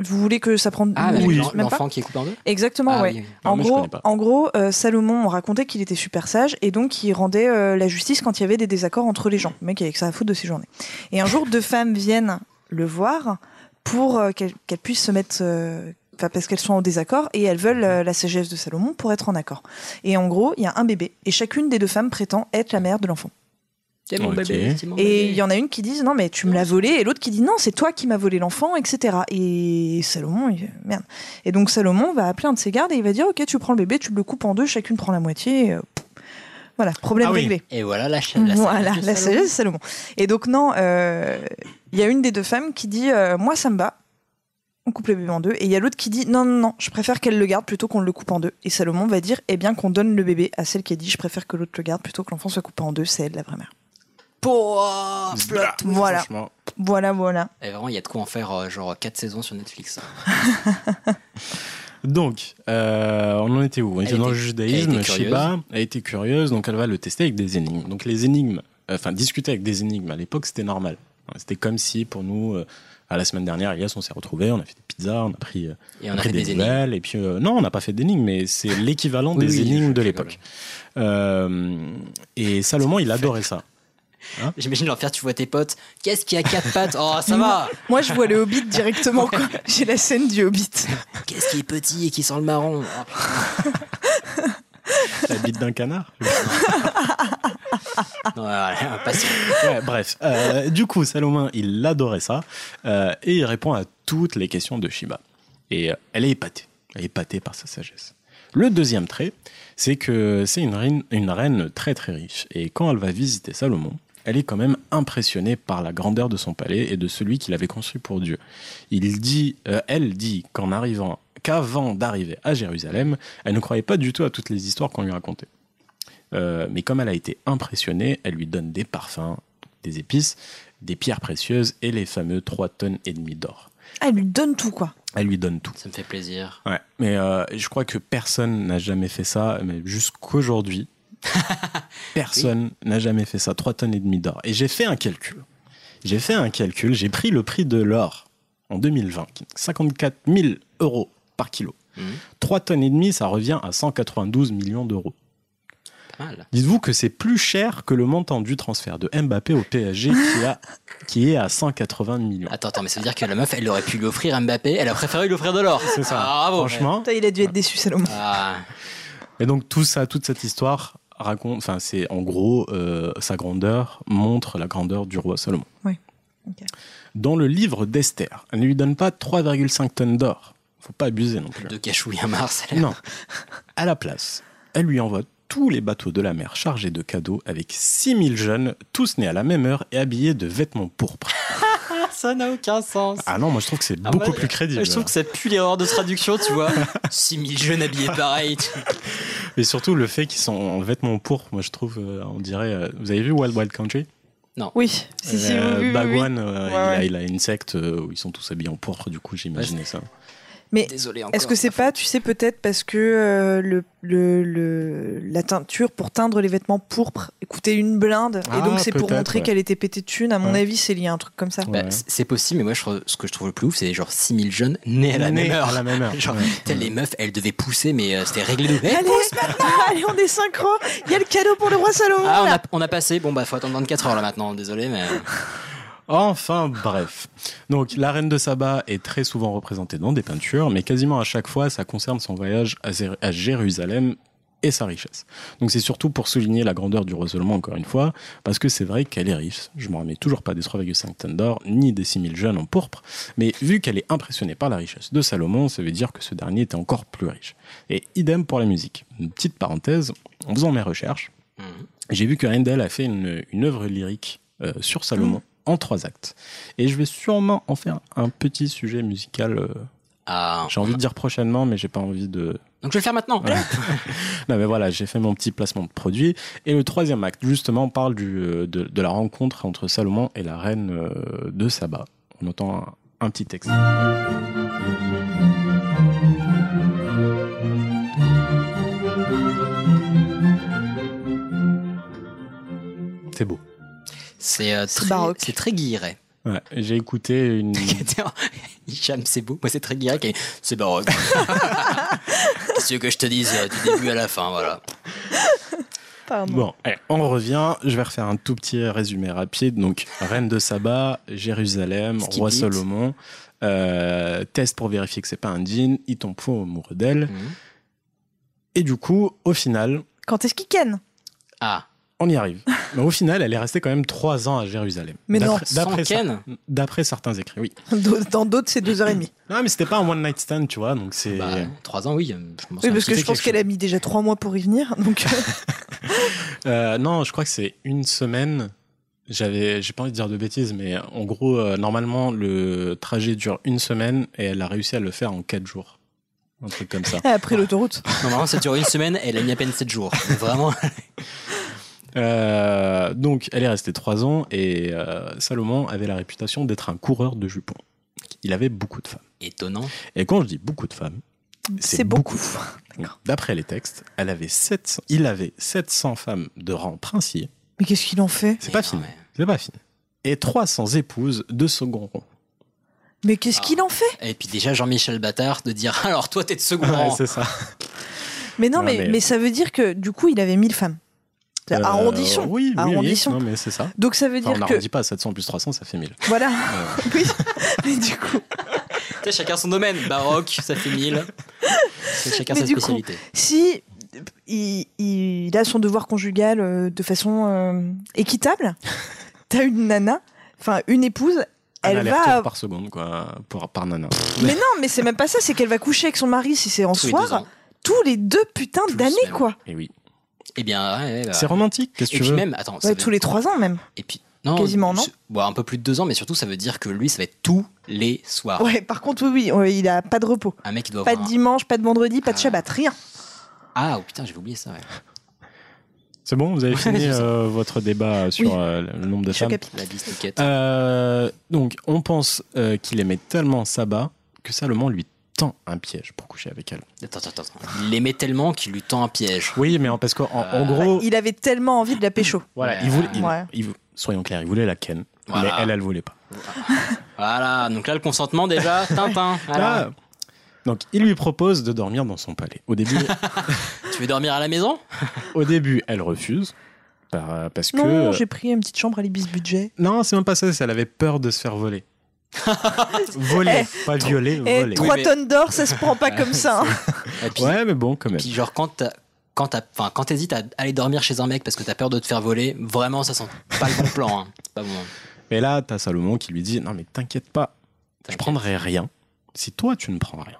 Vous voulez que ça prenne Ah, une mais minute, l'en- même pas l'enfant qui est coupé en deux Exactement, Ah ouais. oui, oui. Ah, En moi, je gros, connais pas. en gros euh, Salomon, on racontait qu'il était super sage et donc il rendait euh, la justice quand il y avait des désaccords entre les gens. Le mec, il avait que ça à foutre de ses journées. Et un jour, deux femmes viennent le voir pour euh, qu'elles qu'elles puissent se mettre. euh, Enfin, parce qu'elles sont en désaccord et elles veulent euh, la sagesse de Salomon pour être en accord. Et en gros, il y a un bébé et chacune des deux femmes prétend être la mère de l'enfant. C'est mon Ok. bébé, c'est Et il y en a une qui dit non mais tu me l'as volé et l'autre qui dit non c'est toi qui m'as volé l'enfant etc. Et Salomon il- merde. Et donc Salomon va appeler un de ses gardes et il va dire ok tu prends le bébé tu le coupes en deux chacune prend la moitié. et, euh, pff. voilà problème Ah oui. réglé. Et voilà la chaîne. Voilà la sagesse de Salomon. Et donc non euh, il y a une des deux femmes qui dit euh, moi ça me va on coupe le bébé en deux et il y a l'autre qui dit non non non je préfère qu'elle le garde plutôt qu'on le coupe en deux et Salomon va dire eh bien qu'on donne le bébé à celle qui a dit je préfère que l'autre le garde plutôt que l'enfant soit coupé en deux c'est elle la vraie mère. Voilà. Franchement, Voilà voilà. Et vraiment, il y a de quoi en faire euh, genre 4 saisons sur Netflix. Donc, euh, on en était où On était Elle dans le était- judaïsme, elle était Shiba a été curieuse, donc elle va le tester avec des énigmes. Donc les énigmes, euh, enfin discuter avec des énigmes, à l'époque c'était normal. Hein, C'était comme si pour nous, euh, à la semaine dernière, Elias, on s'est retrouvés, on a fait des pizzas, on a pris, euh, Et on a pris fait des énigmes. nouvelles, et puis euh, non, on n'a pas fait d'énigmes, mais c'est l'équivalent Oui, des oui, énigmes je- de je l'époque. Euh, et Salomon, il adorait ça. J'imagine l'enfer, tu vois tes potes. Qu'est-ce qui a 4 pattes Oh, ça va Moi, je vois le Hobbit directement. quoi. J'ai la scène du Hobbit. Qu'est-ce qui est petit et qui sent le marron Oh, putain. La bite d'un canard. Non, voilà, passons. Ouais, bref, Euh, du coup, Salomon, il adorait ça euh, et il répond à toutes les questions de Shiba. Et euh, elle est épatée, elle est épatée par sa sagesse. Le deuxième trait, c'est que c'est une reine, une reine très très riche. Et quand elle va visiter Salomon, elle est quand même impressionnée par la grandeur de son palais et de celui qu'il avait construit pour Dieu. Il dit, euh, elle dit qu'en arrivant, qu'avant d'arriver à Jérusalem, elle ne croyait pas du tout à toutes les histoires qu'on lui racontait. Euh, mais comme elle a été impressionnée, elle lui donne des parfums, des épices, des pierres précieuses et les fameux 3 tonnes et demie d'or. Ah, elle lui donne tout, quoi. Elle lui donne tout. Ça me fait plaisir. Ouais. Mais euh, je crois que personne n'a jamais fait ça, mais jusqu'aujourd'hui, personne n'a jamais fait ça. 3 tonnes et demie d'or. Et j'ai fait un calcul. J'ai fait un calcul. J'ai pris le prix de l'or en 2020, qui est 54 000 euros par kilo. 3 tonnes et demie, ça revient à 192 millions d'euros. Pas mal. Dites-vous que c'est plus cher que le montant du transfert de Mbappé au PSG qui, a, qui est à 180 millions. Attends, attends, mais ça veut dire que la meuf, elle aurait pu lui offrir Mbappé, elle a préféré lui offrir de l'or. C'est ça. Ah, bravo. Franchement. Putain, il a dû être déçu, Salomon. Ah. Et donc tout ça, toute cette histoire raconte, enfin c'est en gros euh, sa grandeur montre la grandeur du roi Salomon. Ok. Dans le livre d'Esther, elle ne lui donne pas 3,5 tonnes d'or. Faut pas abuser non plus. De cachouille à Mars. elle a- Non. À la place, elle lui envoie tous les bateaux de la mer chargés de cadeaux avec 6000 jeunes, tous nés à la même heure et habillés de vêtements pourpres. Ça n'a aucun sens. Ah non, moi je trouve que c'est Ah, beaucoup moi, plus crédible. Je trouve que ça pue l'erreur de traduction, tu vois. 6000 jeunes habillés pareil. tu- Et surtout le fait qu'ils sont en vêtements pourpres, moi je trouve, euh, on dirait. euh, vous avez vu Wild Wild Country Oui, si, si, oui, Euh, oui, oui, oui. Bagwan, euh, Ouais, il, a, ouais. il a une secte euh, où ils sont tous habillés en pourpre, du coup Bah, j'imaginais ça. Mais Désolé encore. Est-ce que c'est pas, tu sais, peut-être parce que euh, le, le- le- la teinture pour teindre les vêtements pourpres coûtait une blinde Ah, et donc c'est pour peut-être, montrer ouais. qu'elle était pétée de thunes. À mon Ouais. avis, c'est lié à un truc comme ça. Bah, Ouais. c- C'est possible, mais moi, je, trouve- ce que je trouve le plus ouf, c'est genre 6000 jeunes nés à la Nés même heure. à la même heure. Genre, Ouais. telles les meufs, elles devaient pousser, mais euh, c'était réglé de Eh, Allez, pousse allez, on est synchro. Il y a le cadeau pour le roi Salomon. Ah, on là. a, on a passé. Bon, bah, faut attendre 24 heures là maintenant. Désolé, mais. Enfin bref. Donc la reine de Saba est très souvent représentée dans des peintures, mais quasiment à chaque fois ça concerne son voyage à, Zé- à Jérusalem et sa richesse. Donc c'est surtout pour souligner la grandeur du roi Salomon encore une fois, parce que c'est vrai qu'elle est riche. Je me remets toujours pas des 3,5 tonnes d'or, ni des 6000 jeunes en pourpre, mais vu qu'elle est impressionnée par la richesse de Salomon, ça veut dire que ce dernier était encore plus riche. Et idem pour la musique. Une petite parenthèse, en faisant mes recherches, Mhm. j'ai vu que Rendell a fait une, une œuvre lyrique euh, sur Salomon en trois actes. Et je vais sûrement en faire un petit sujet musical. euh, Ah. j'ai envie de dire prochainement, mais j'ai pas envie de. Donc, je vais le faire maintenant. Non, mais voilà, j'ai fait mon petit placement de produit. Et le troisième acte, justement, parle du, euh, de, de la rencontre entre Salomon et la reine euh, de Saba. On entend un, un petit texte. C'est beau. C'est euh, C'est très, baroque. c'est très guilleret. Ouais, j'ai écouté une. Hicham, c'est beau. Moi, c'est très guilleret. qui est- C'est baroque. Qu'est-ce que tu veux que je te dise euh, du début à la fin, voilà. Pardon. Bon, allez, on revient. Je vais refaire un tout petit résumé rapide. Donc, reine de Saba, Jérusalem, Skip roi it. Salomon. euh, test pour vérifier que c'est pas un djinn. Il tombe fou amoureux d'elle. Mhm. Et du coup, au final, Quand est-ce qu'il ken Ah, on y arrive. Mais au final, elle est restée quand même trois ans à Jérusalem. Mais non. D'après- sans d'après cer- Ken D'après certains écrits, oui. Dans d'autres, c'est deux heures et demie. Non, mais c'était pas un one night stand, tu vois. Donc c'est. Bah, 3 ans, oui. Je pense Oui, parce que c'était je pense quelque qu'elle a mis déjà trois mois pour y venir. Donc, Euh, non, je crois que c'est une semaine. J'avais, j'ai pas envie de dire de bêtises, mais en gros, euh, normalement, le trajet dure une semaine et elle a réussi à le faire en quatre jours. Un truc comme ça. après l'autoroute. Normalement, ça dure une semaine, elle a mis à peine 7 jours. Donc, Vraiment. Euh, donc, elle est restée trois ans et euh, Salomon avait la réputation d'être un coureur de jupons. Il avait beaucoup de femmes. Étonnant. Et quand je dis beaucoup de femmes, C'est c'est beaucoup. beaucoup. d'après les textes, elle avait 700, il avait 700 femmes de rang princier. Mais qu'est-ce qu'il en fait C'est Mais pas non, fini. mais- C'est pas fini. Et 300 épouses de second rang. Mais qu'est-ce Ah. qu'il en fait Et puis déjà, Jean-Michel Bâtard de dire Alors, toi, t'es de second Ouais, rang. c'est ça. Mais non, Non, mais, mais- mais ça veut dire que du coup, il avait 1000 femmes. C'est Euh, Arrondition. Oui, oui, oui. Arrondition. Non, mais c'est ça. Donc ça veut Enfin, on dire que. n'arrondit pas, 700 plus 300, ça fait 1000. Voilà. oui. Mais du coup, Tu sais, chacun son domaine. Baroque, ça fait 1000. C'est chacun Mais sa du coup- spécialité. si il, il a son devoir conjugal euh, de façon euh, équitable, t'as une nana, enfin une épouse, elle va. aller par seconde, quoi, pour, par nana. Mais non, mais c'est même pas ça, c'est qu'elle va coucher avec son mari si c'est en Tous les deux soir, ans. tous les deux putains Tous, d'années, même. quoi. Et oui. Eh bien, ouais, ouais, bah. C'est romantique, qu'est-ce que Et tu puis veux même, attends, ça Ouais, veut- tous les trois ans même. Et puis, non, Quasiment, non ce- bon, Un peu plus de deux ans, mais surtout, ça veut dire que lui, ça va être tous les Ah. soirs. Ouais, par contre, oui, oui, ouais, il a pas de repos. Un mec qui doit Oh, Pas de avoir. un- dimanche, pas de vendredi, pas de Ah. Shabbat, rien. Ah, oh, putain, j'avais oublié ça. ouais. C'est bon, vous avez fini c'est ça. euh, votre débat sur Oui. euh, le nombre de Je femmes. capte. La bistiquette. Euh, donc, on pense euh, qu'il aimait tellement Saba que Salomon lui tend un piège pour coucher avec elle. Attends, attends, attends. Il l'aimait tellement qu'il lui tend un piège. Oui, mais en- parce qu'en en- en Euh, gros, Bah, Il avait tellement envie de la pécho. voilà, Ouais. il voulait, il- Ouais. il vou- soyons clairs, il voulait la ken, mais Voilà. elle, elle voulait pas. Voilà, donc là, le consentement déjà, Tintin. Voilà. Ah. Donc, il lui propose de dormir dans son palais. Au début, tu veux dormir à la maison au début, elle refuse. par- euh, Parce que. Non, j'ai pris une petite chambre à l'Ibis Budget. Non, c'est même pas ça, c'est qu'elle avait peur de se faire voler. voler, Eh, pas violer, Et voler. 3 mais- tonnes d'or, ça se prend pas comme ça. hein. Et puis, Ouais, mais bon, quand même. puis genre, quand t'as- Quand t'as- enfin, quand t'hésites à aller dormir chez un mec parce que t'as peur de te faire voler, vraiment ça sent pas le bon plan. hein. C'est Pas bon. Et là, t'as Salomon qui lui dit Non, mais t'inquiète pas, je T'inquiète. prendrai rien si toi tu ne prends rien.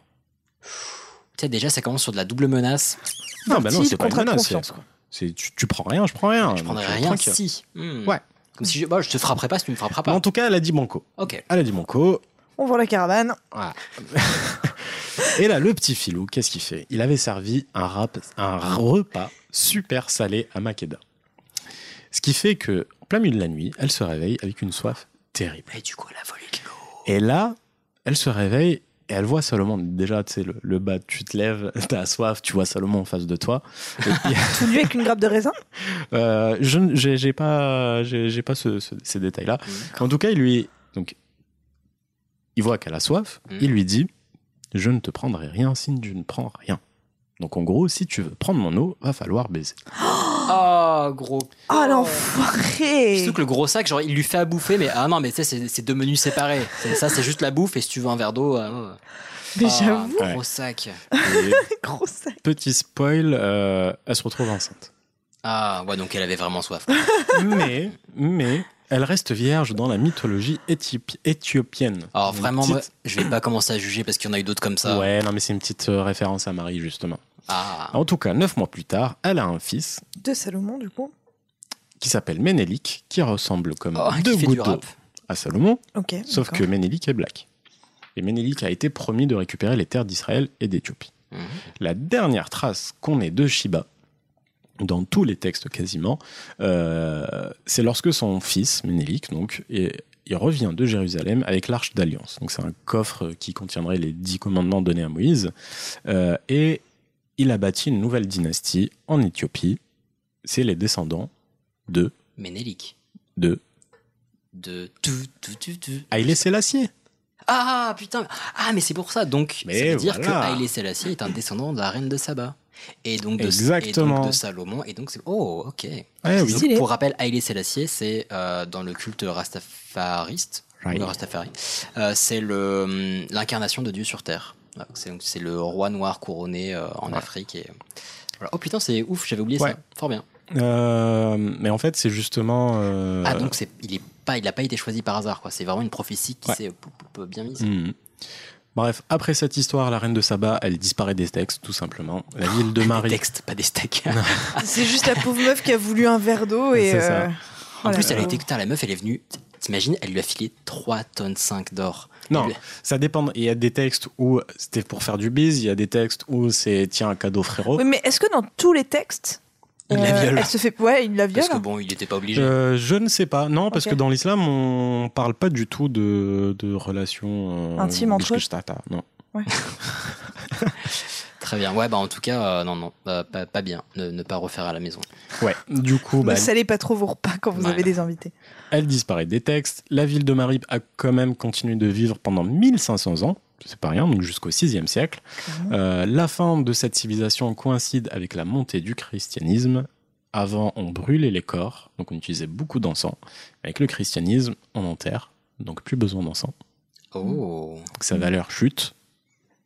Tu sais, déjà ça commence sur de la double menace. Non, bah non, Vertige, c'est pas une contrat de menace, confiance, quoi. C'est tu, tu prends rien, je prends rien. Je prendrais Donc, rien tranquille. si. Hmm. Ouais. Comme si je, bah, je te frapperais pas si tu me frapperas Mais pas. en tout cas, elle a dit banco. Ok. Elle a dit banco. On voit la caravane. Voilà. Et là, le petit filou, qu'est-ce qu'il fait Il avait servi un, rap- un repas super salé à Makeda. Ce qui fait que, en plein milieu de la nuit, elle se réveille avec une soif terrible. Et du coup, elle a volé de l'eau. Et là, elle se réveille et elle voit Salomon. Déjà, tu sais, le, le bas, tu te lèves, t'as soif, tu vois Salomon en face de toi. Et puis, Tout nu avec une grappe de raisin. euh, je n- j'ai j'ai pas, j'ai j'ai pas ce- ce- ces détails-là. Mmh, En tout cas, il lui, donc, il voit qu'elle a soif. Mhm. Il lui dit, je ne te prendrai rien si tu ne prends rien. Donc, en gros, si tu veux prendre mon eau, va falloir baiser. Ah, gros. Oh Surtout l'enfoiré que le gros sac, genre, il lui fait à bouffer, mais ah non, mais tu sais, c'est c'est deux menus séparés. C'est- Ça, c'est juste la bouffe, et si tu veux un verre d'eau. euh, Mais ah, j'avoue, Gros sac. Et gros sac. petit spoil, euh, elle se retrouve enceinte. Ah, ouais, donc elle avait vraiment soif. mais, mais, elle reste vierge dans la mythologie éthiopi- éthiopienne. Alors, Une Ah, vraiment, petite- moi, je vais pas commencer à juger parce qu'il y en a eu d'autres comme ça. Ouais, non, mais c'est une petite euh, référence à Marie, justement. Ah. En tout cas, neuf mois plus tard, elle a un fils De Salomon, du coup. qui s'appelle Ménélique, qui ressemble comme Oh, qui deux fait gouttes du d'eau rap. à Salomon, Ok. sauf d'accord. que Ménélique est black. Et Ménélique a été promis de récupérer les terres d'Israël et d'Éthiopie. Mhm. La dernière trace qu'on ait de Shiba, dans tous les textes quasiment, euh, c'est lorsque son fils, Ménélique, donc, est- il revient de Jérusalem avec l'Arche d'Alliance. Donc c'est un coffre qui contiendrait les dix commandements donnés à Moïse. Euh, et il a bâti une nouvelle dynastie en Éthiopie. C'est les descendants de, Ménélique. de De tout, tout, tout, tout. Haïlé Sélassié. Ah putain Ah mais c'est pour ça donc Mais ça veut dire voilà. que Haïlé Selassie est un descendant de la reine de Saba et donc de, Exactement. et donc de Salomon et donc c'est oh ok Ouais, oui. Donc, Stylé. pour rappel Haïlé Selassie c'est euh, dans le culte rastafariste Right. ou le Rastafari, euh, c'est le hum, l'incarnation de Dieu sur terre Ouais, c'est donc c'est le roi noir couronné euh, en Afrique et voilà. oh putain c'est ouf j'avais oublié Ouais. ça fort bien Euh, mais en fait, c'est justement. euh, ah donc c'est il est pas il a pas été choisi par hasard quoi c'est vraiment une prophétie qui Ouais. s'est euh, pou- pou- pou- bien mise Mhm. Bref, après cette histoire, la reine de Saba, elle disparaît des textes, tout simplement. La ville de des Marie. textes pas des steaks C'est juste la pauvre meuf qui a voulu un verre d'eau et. C'est ça. euh, En oh plus, là elle a là. été. Putain, la meuf, elle est venue. T'imagines, elle lui a filé 3 tonnes 5 d'or. Non, Elle lui- ça dépend. Il y a des textes où c'était pour faire du bise, il y a des textes où c'est tiens, un cadeau frérot. Oui, mais est-ce que dans tous les textes. euh, Il la viole. Elle se fait. Ouais, il la viole. Parce que bon, il était pas obligé. Euh, je ne sais pas. Non, parce Ok. que dans l'islam, on parle pas du tout de, de relations euh, Intimes entre eux. bishkishtata, Non. Très bien. Ouais, bah en tout cas, euh, non, non, euh, pas, pas bien. Ne, ne pas refaire à la maison. Ouais. Du coup, bah, Ne salez pas trop vos repas quand vous Ouais. avez des invités. Elle disparaît des textes. La ville de Marib a quand même continué de vivre pendant 1500 ans. C'est pas rien, donc jusqu'au 6e siècle. Euh, la fin de cette civilisation coïncide avec la montée du christianisme. Avant, on brûlait les corps, donc on utilisait beaucoup d'encens. Avec le christianisme, on enterre, donc plus besoin d'encens. Oh. Donc sa valeur chute.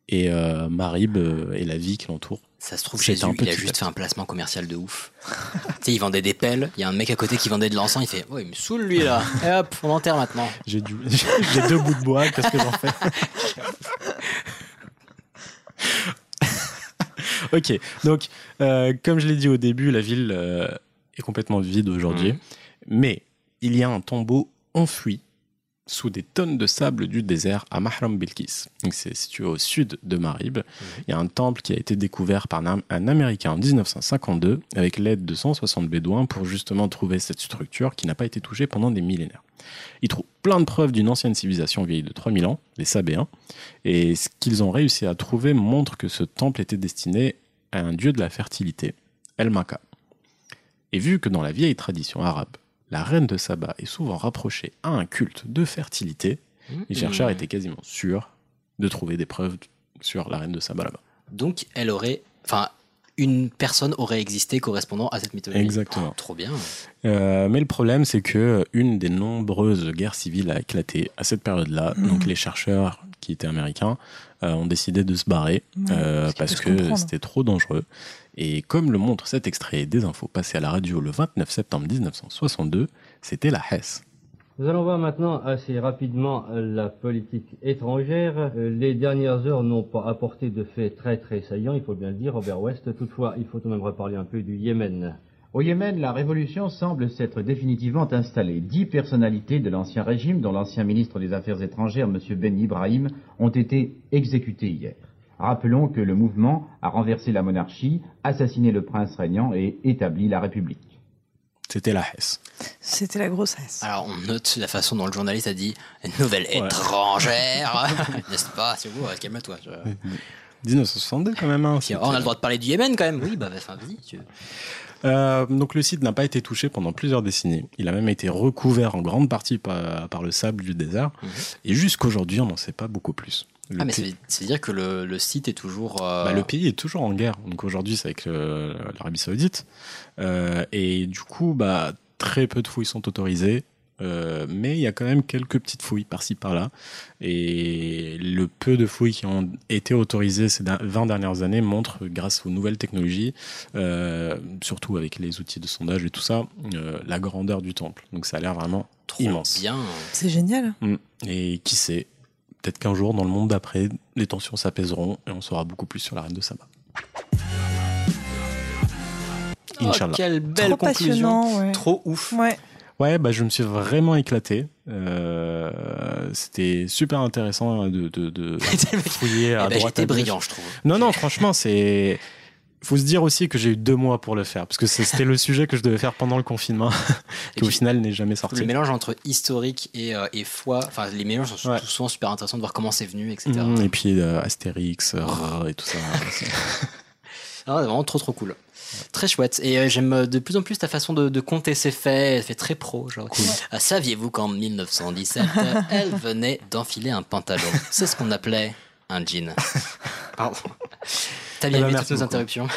Et euh, Marib euh, et la vie qui l'entoure. Ça se trouve, C'était Jésus, un il a petit juste texte. fait un placement commercial de ouf. tu sais, il vendait des pelles. Il y a un mec à côté qui vendait de l'encens. Il fait Oh, il me saoule lui là. Et hop, on l'enterre maintenant. J'ai du- j'ai deux bouts de bois, qu'est-ce que j'en fais Ok, donc euh, comme je l'ai dit au début, la ville euh, est complètement vide aujourd'hui, mais il y a un tombeau enfoui sous des tonnes de sable du désert à Mahram Bilkis. Donc c'est situé au sud de Marib. Il y a un temple qui a été découvert par un, Am- un Américain en 1952 avec l'aide de 160 Bédouins pour justement trouver cette structure qui n'a pas été touchée pendant des millénaires. Ils trouvent plein de preuves d'une ancienne civilisation vieille de 3000 ans, les Sabéens, et ce qu'ils ont réussi à trouver montre que ce temple était destiné à un dieu de la fertilité, El Maka. Et vu que dans la vieille tradition arabe, la reine de Saba est souvent rapprochée Mm. Mmh. à un culte de fertilité, les chercheurs étaient quasiment sûrs de trouver des preuves sur la reine de Saba là-bas. Mm. Donc, elle aurait. Enfin, une personne aurait existé correspondant à cette mythologie. Exactement. Oh, trop bien. Euh, mais le problème, c'est que euh, une des nombreuses guerres civiles a éclaté à cette période-là. Mhm. Donc les chercheurs qui étaient américains euh, ont décidé de se barrer Ouais, euh, parce parce qu'il peut se que comprendre. c'était trop dangereux. Et comme le montre cet extrait des infos passé à la radio le 29 septembre 1962, c'était la Hesse. Nous allons voir maintenant assez rapidement euh, la politique étrangère. Euh, Les dernières heures n'ont pas apporté de faits très très saillants, il faut bien le dire, Robert West. Toutefois, il faut tout de même reparler un peu du Yémen. Au Yémen, la révolution semble s'être définitivement installée. Dix personnalités de l'ancien régime, dont l'ancien ministre des Affaires étrangères, M. Ben Ibrahim, ont été exécutées hier. Rappelons que le mouvement a renversé la monarchie, assassiné le prince régnant et établi la République. C'était la Hesse. C'était la grossesse. Alors, on note la façon dont le journaliste a dit « nouvelle étrangère », n'est-ce pas C'est vous, ouais, calme-toi. je- 1962 quand même. hein, Puis, oh, on a le droit de parler du Yémen quand même. Oui, bah, enfin, vas-y. tu- Euh, donc le site n'a pas été touché pendant plusieurs décennies. Il a même été recouvert en grande partie par, par le sable du désert. Et jusqu'aujourd'hui, on n'en sait pas beaucoup plus. Le, Mhm. Ah, mais pays, c'est-à-dire que le, le site est toujours... euh, bah, le pays est toujours en guerre. Donc aujourd'hui, c'est avec euh, l'Arabie Saoudite. Euh, et du coup, bah, très peu de fouilles sont autorisées. Euh, mais il y a quand même quelques petites fouilles par-ci par-là. Et le peu de fouilles qui ont été autorisées ces da- 20 dernières années montrent, grâce aux nouvelles technologies, euh, surtout avec les outils de sondage et tout ça, euh, la grandeur du temple. Donc ça a l'air vraiment immense. Bien. C'est génial. Mm. Et qui sait, peut-être qu'un jour, dans le monde d'après, les tensions s'apaiseront et on saura beaucoup plus sur la reine de Saba. Oh, Inch'Allah. quelle belle Trop conclusion. passionnant, ouais. Trop ouf. Ouais. Ouais, bah, je me suis vraiment éclaté. Euh, c'était super intéressant de, de, de fouiller à Eh ben, droite. J'étais à gauche. brillant, je trouve. Non, non, franchement, c'est. Faut se dire aussi que j'ai eu deux mois pour le faire, parce que c'est- c'était le sujet que je devais faire pendant le confinement, qui au puis, final n'est jamais sorti. Le mélange entre historique et, euh, et foi, enfin les mélanges sont surtout souvent super intéressants de voir comment c'est venu, etc. Mhm, et puis euh, Astérix, euh, Rrr et tout ça. c'est- Ah, c'est vraiment trop trop cool. Très chouette. Et euh, j'aime euh, de plus en plus ta façon de, de compter ses faits. Elle fait très pro. Genre. Ah, Saviez-vous qu'en 1917, euh, elle venait d'enfiler un pantalon C'est ce qu'on appelait un jean. Pardon. T'as bien Eh ben, aimé merci toutes nos beaucoup. interruptions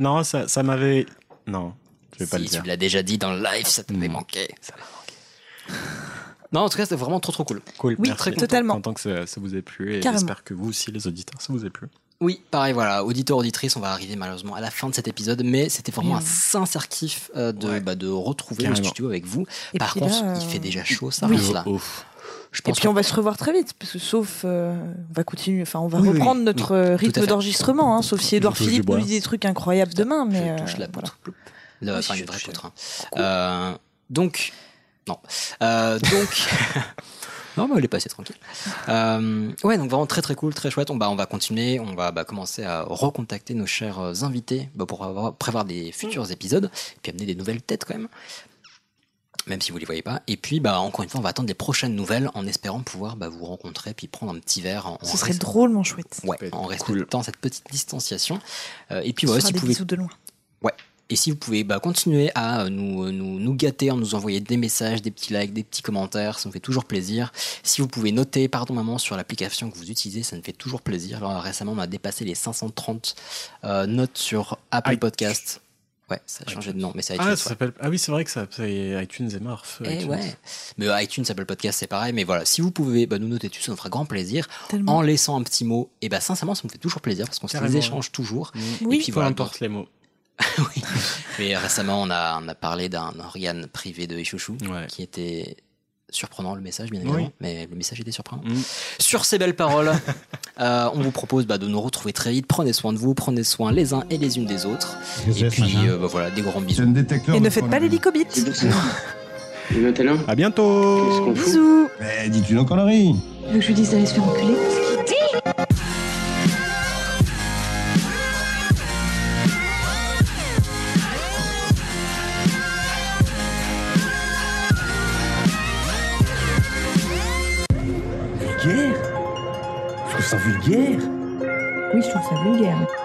non, ça, ça m'avait. Non, je vais pas Si, le dire. Hmm. Tu l'as déjà dit dans le live, ça t'avait manqué. Non, en tout cas, c'était vraiment trop trop cool. Cool, Oui, merci. très totalement. Content que ça, ça vous ait plu et Carrément. j'espère que vous aussi, les auditeurs, ça vous ait plu. Oui, pareil, voilà, auditeur, auditrice, on va arriver malheureusement à la fin de cet épisode, mais c'était vraiment Oui, un oui. sincère kiff euh, de, bah, de retrouver le Hmm. Carrément. studio avec vous. Et Par puis contre, là, il euh, fait déjà chaud, ça oui. arrive là. Je Et pense puis on va se revoir très vite, parce que sauf euh, on va continuer, enfin on va Oui, oui, reprendre oui. notre euh, Tout à rythme fait. d'enregistrement, hein, sauf si Edouard Je touche du Philippe bois. nous dit des trucs incroyables demain, mais euh, touche la voilà. Le, Oui, enfin, je- le vrai poutre, hein. Euh, donc, non. Euh, donc, non, mais elle est passée tranquille. Euh, ouais, donc vraiment très très cool, très chouette. On, bah, on va continuer, on va bah, commencer à recontacter nos chers euh, invités bah, pour avoir- prévoir des futurs Mm. épisodes, et puis amener des nouvelles têtes quand même. Même si vous les voyez pas. Et puis, bah, encore une fois, on va attendre les prochaines nouvelles en espérant pouvoir bah, vous rencontrer puis prendre un petit verre. En, en Ce serait restant- drôlement chouette. Ouais, en respectant cette petite distanciation. Euh, et puis Ce voilà, sera si des vous pouvez. bisous de loin. Ouais. Et si vous pouvez bah, continuer à euh, nous, euh, nous, nous gâter en nous envoyant des messages, des petits likes, des petits commentaires, ça nous fait toujours plaisir. Si vous pouvez noter, pardon maman, sur l'application que vous utilisez, ça nous fait toujours plaisir. Alors, récemment, on a dépassé les 530 euh, notes sur Apple Podcast. Ouais, ça a changé de nom, mais c'est iTunes. Ah, ouais. ça s'appelle- ah oui, c'est vrai que ça, c'est iTunes et Marf. Eh iTunes. ouais. Mais euh, iTunes, Apple Podcast, c'est pareil. Mais voilà, si vous pouvez bah, nous noter dessus, ça nous fera grand plaisir. En laissant un petit mot, et bah sincèrement, ça nous fait toujours plaisir parce qu'on se les Mm. Carrément, échange toujours. Oui. Et puis Peu voilà, importe les mots. Mais récemment, on a, on a parlé d'un organe privé de Ichouchou qui était surprenant, le message, bien évidemment. Oui. Mais le message était surprenant. Sur ces belles paroles, euh, on vous propose bah, de nous retrouver très vite. Prenez soin de vous, prenez soin les uns et les unes des autres. Et puis, euh, bah, voilà, des grands bisous. Et ne Faites pas l'hélicobit. Et maintenant À bientôt Bisous Mais dis-tu nos conneries que je lui dise d'aller se faire enculer Vulgaire Je trouve ça vulgaire Oui, je trouve ça vulgaire.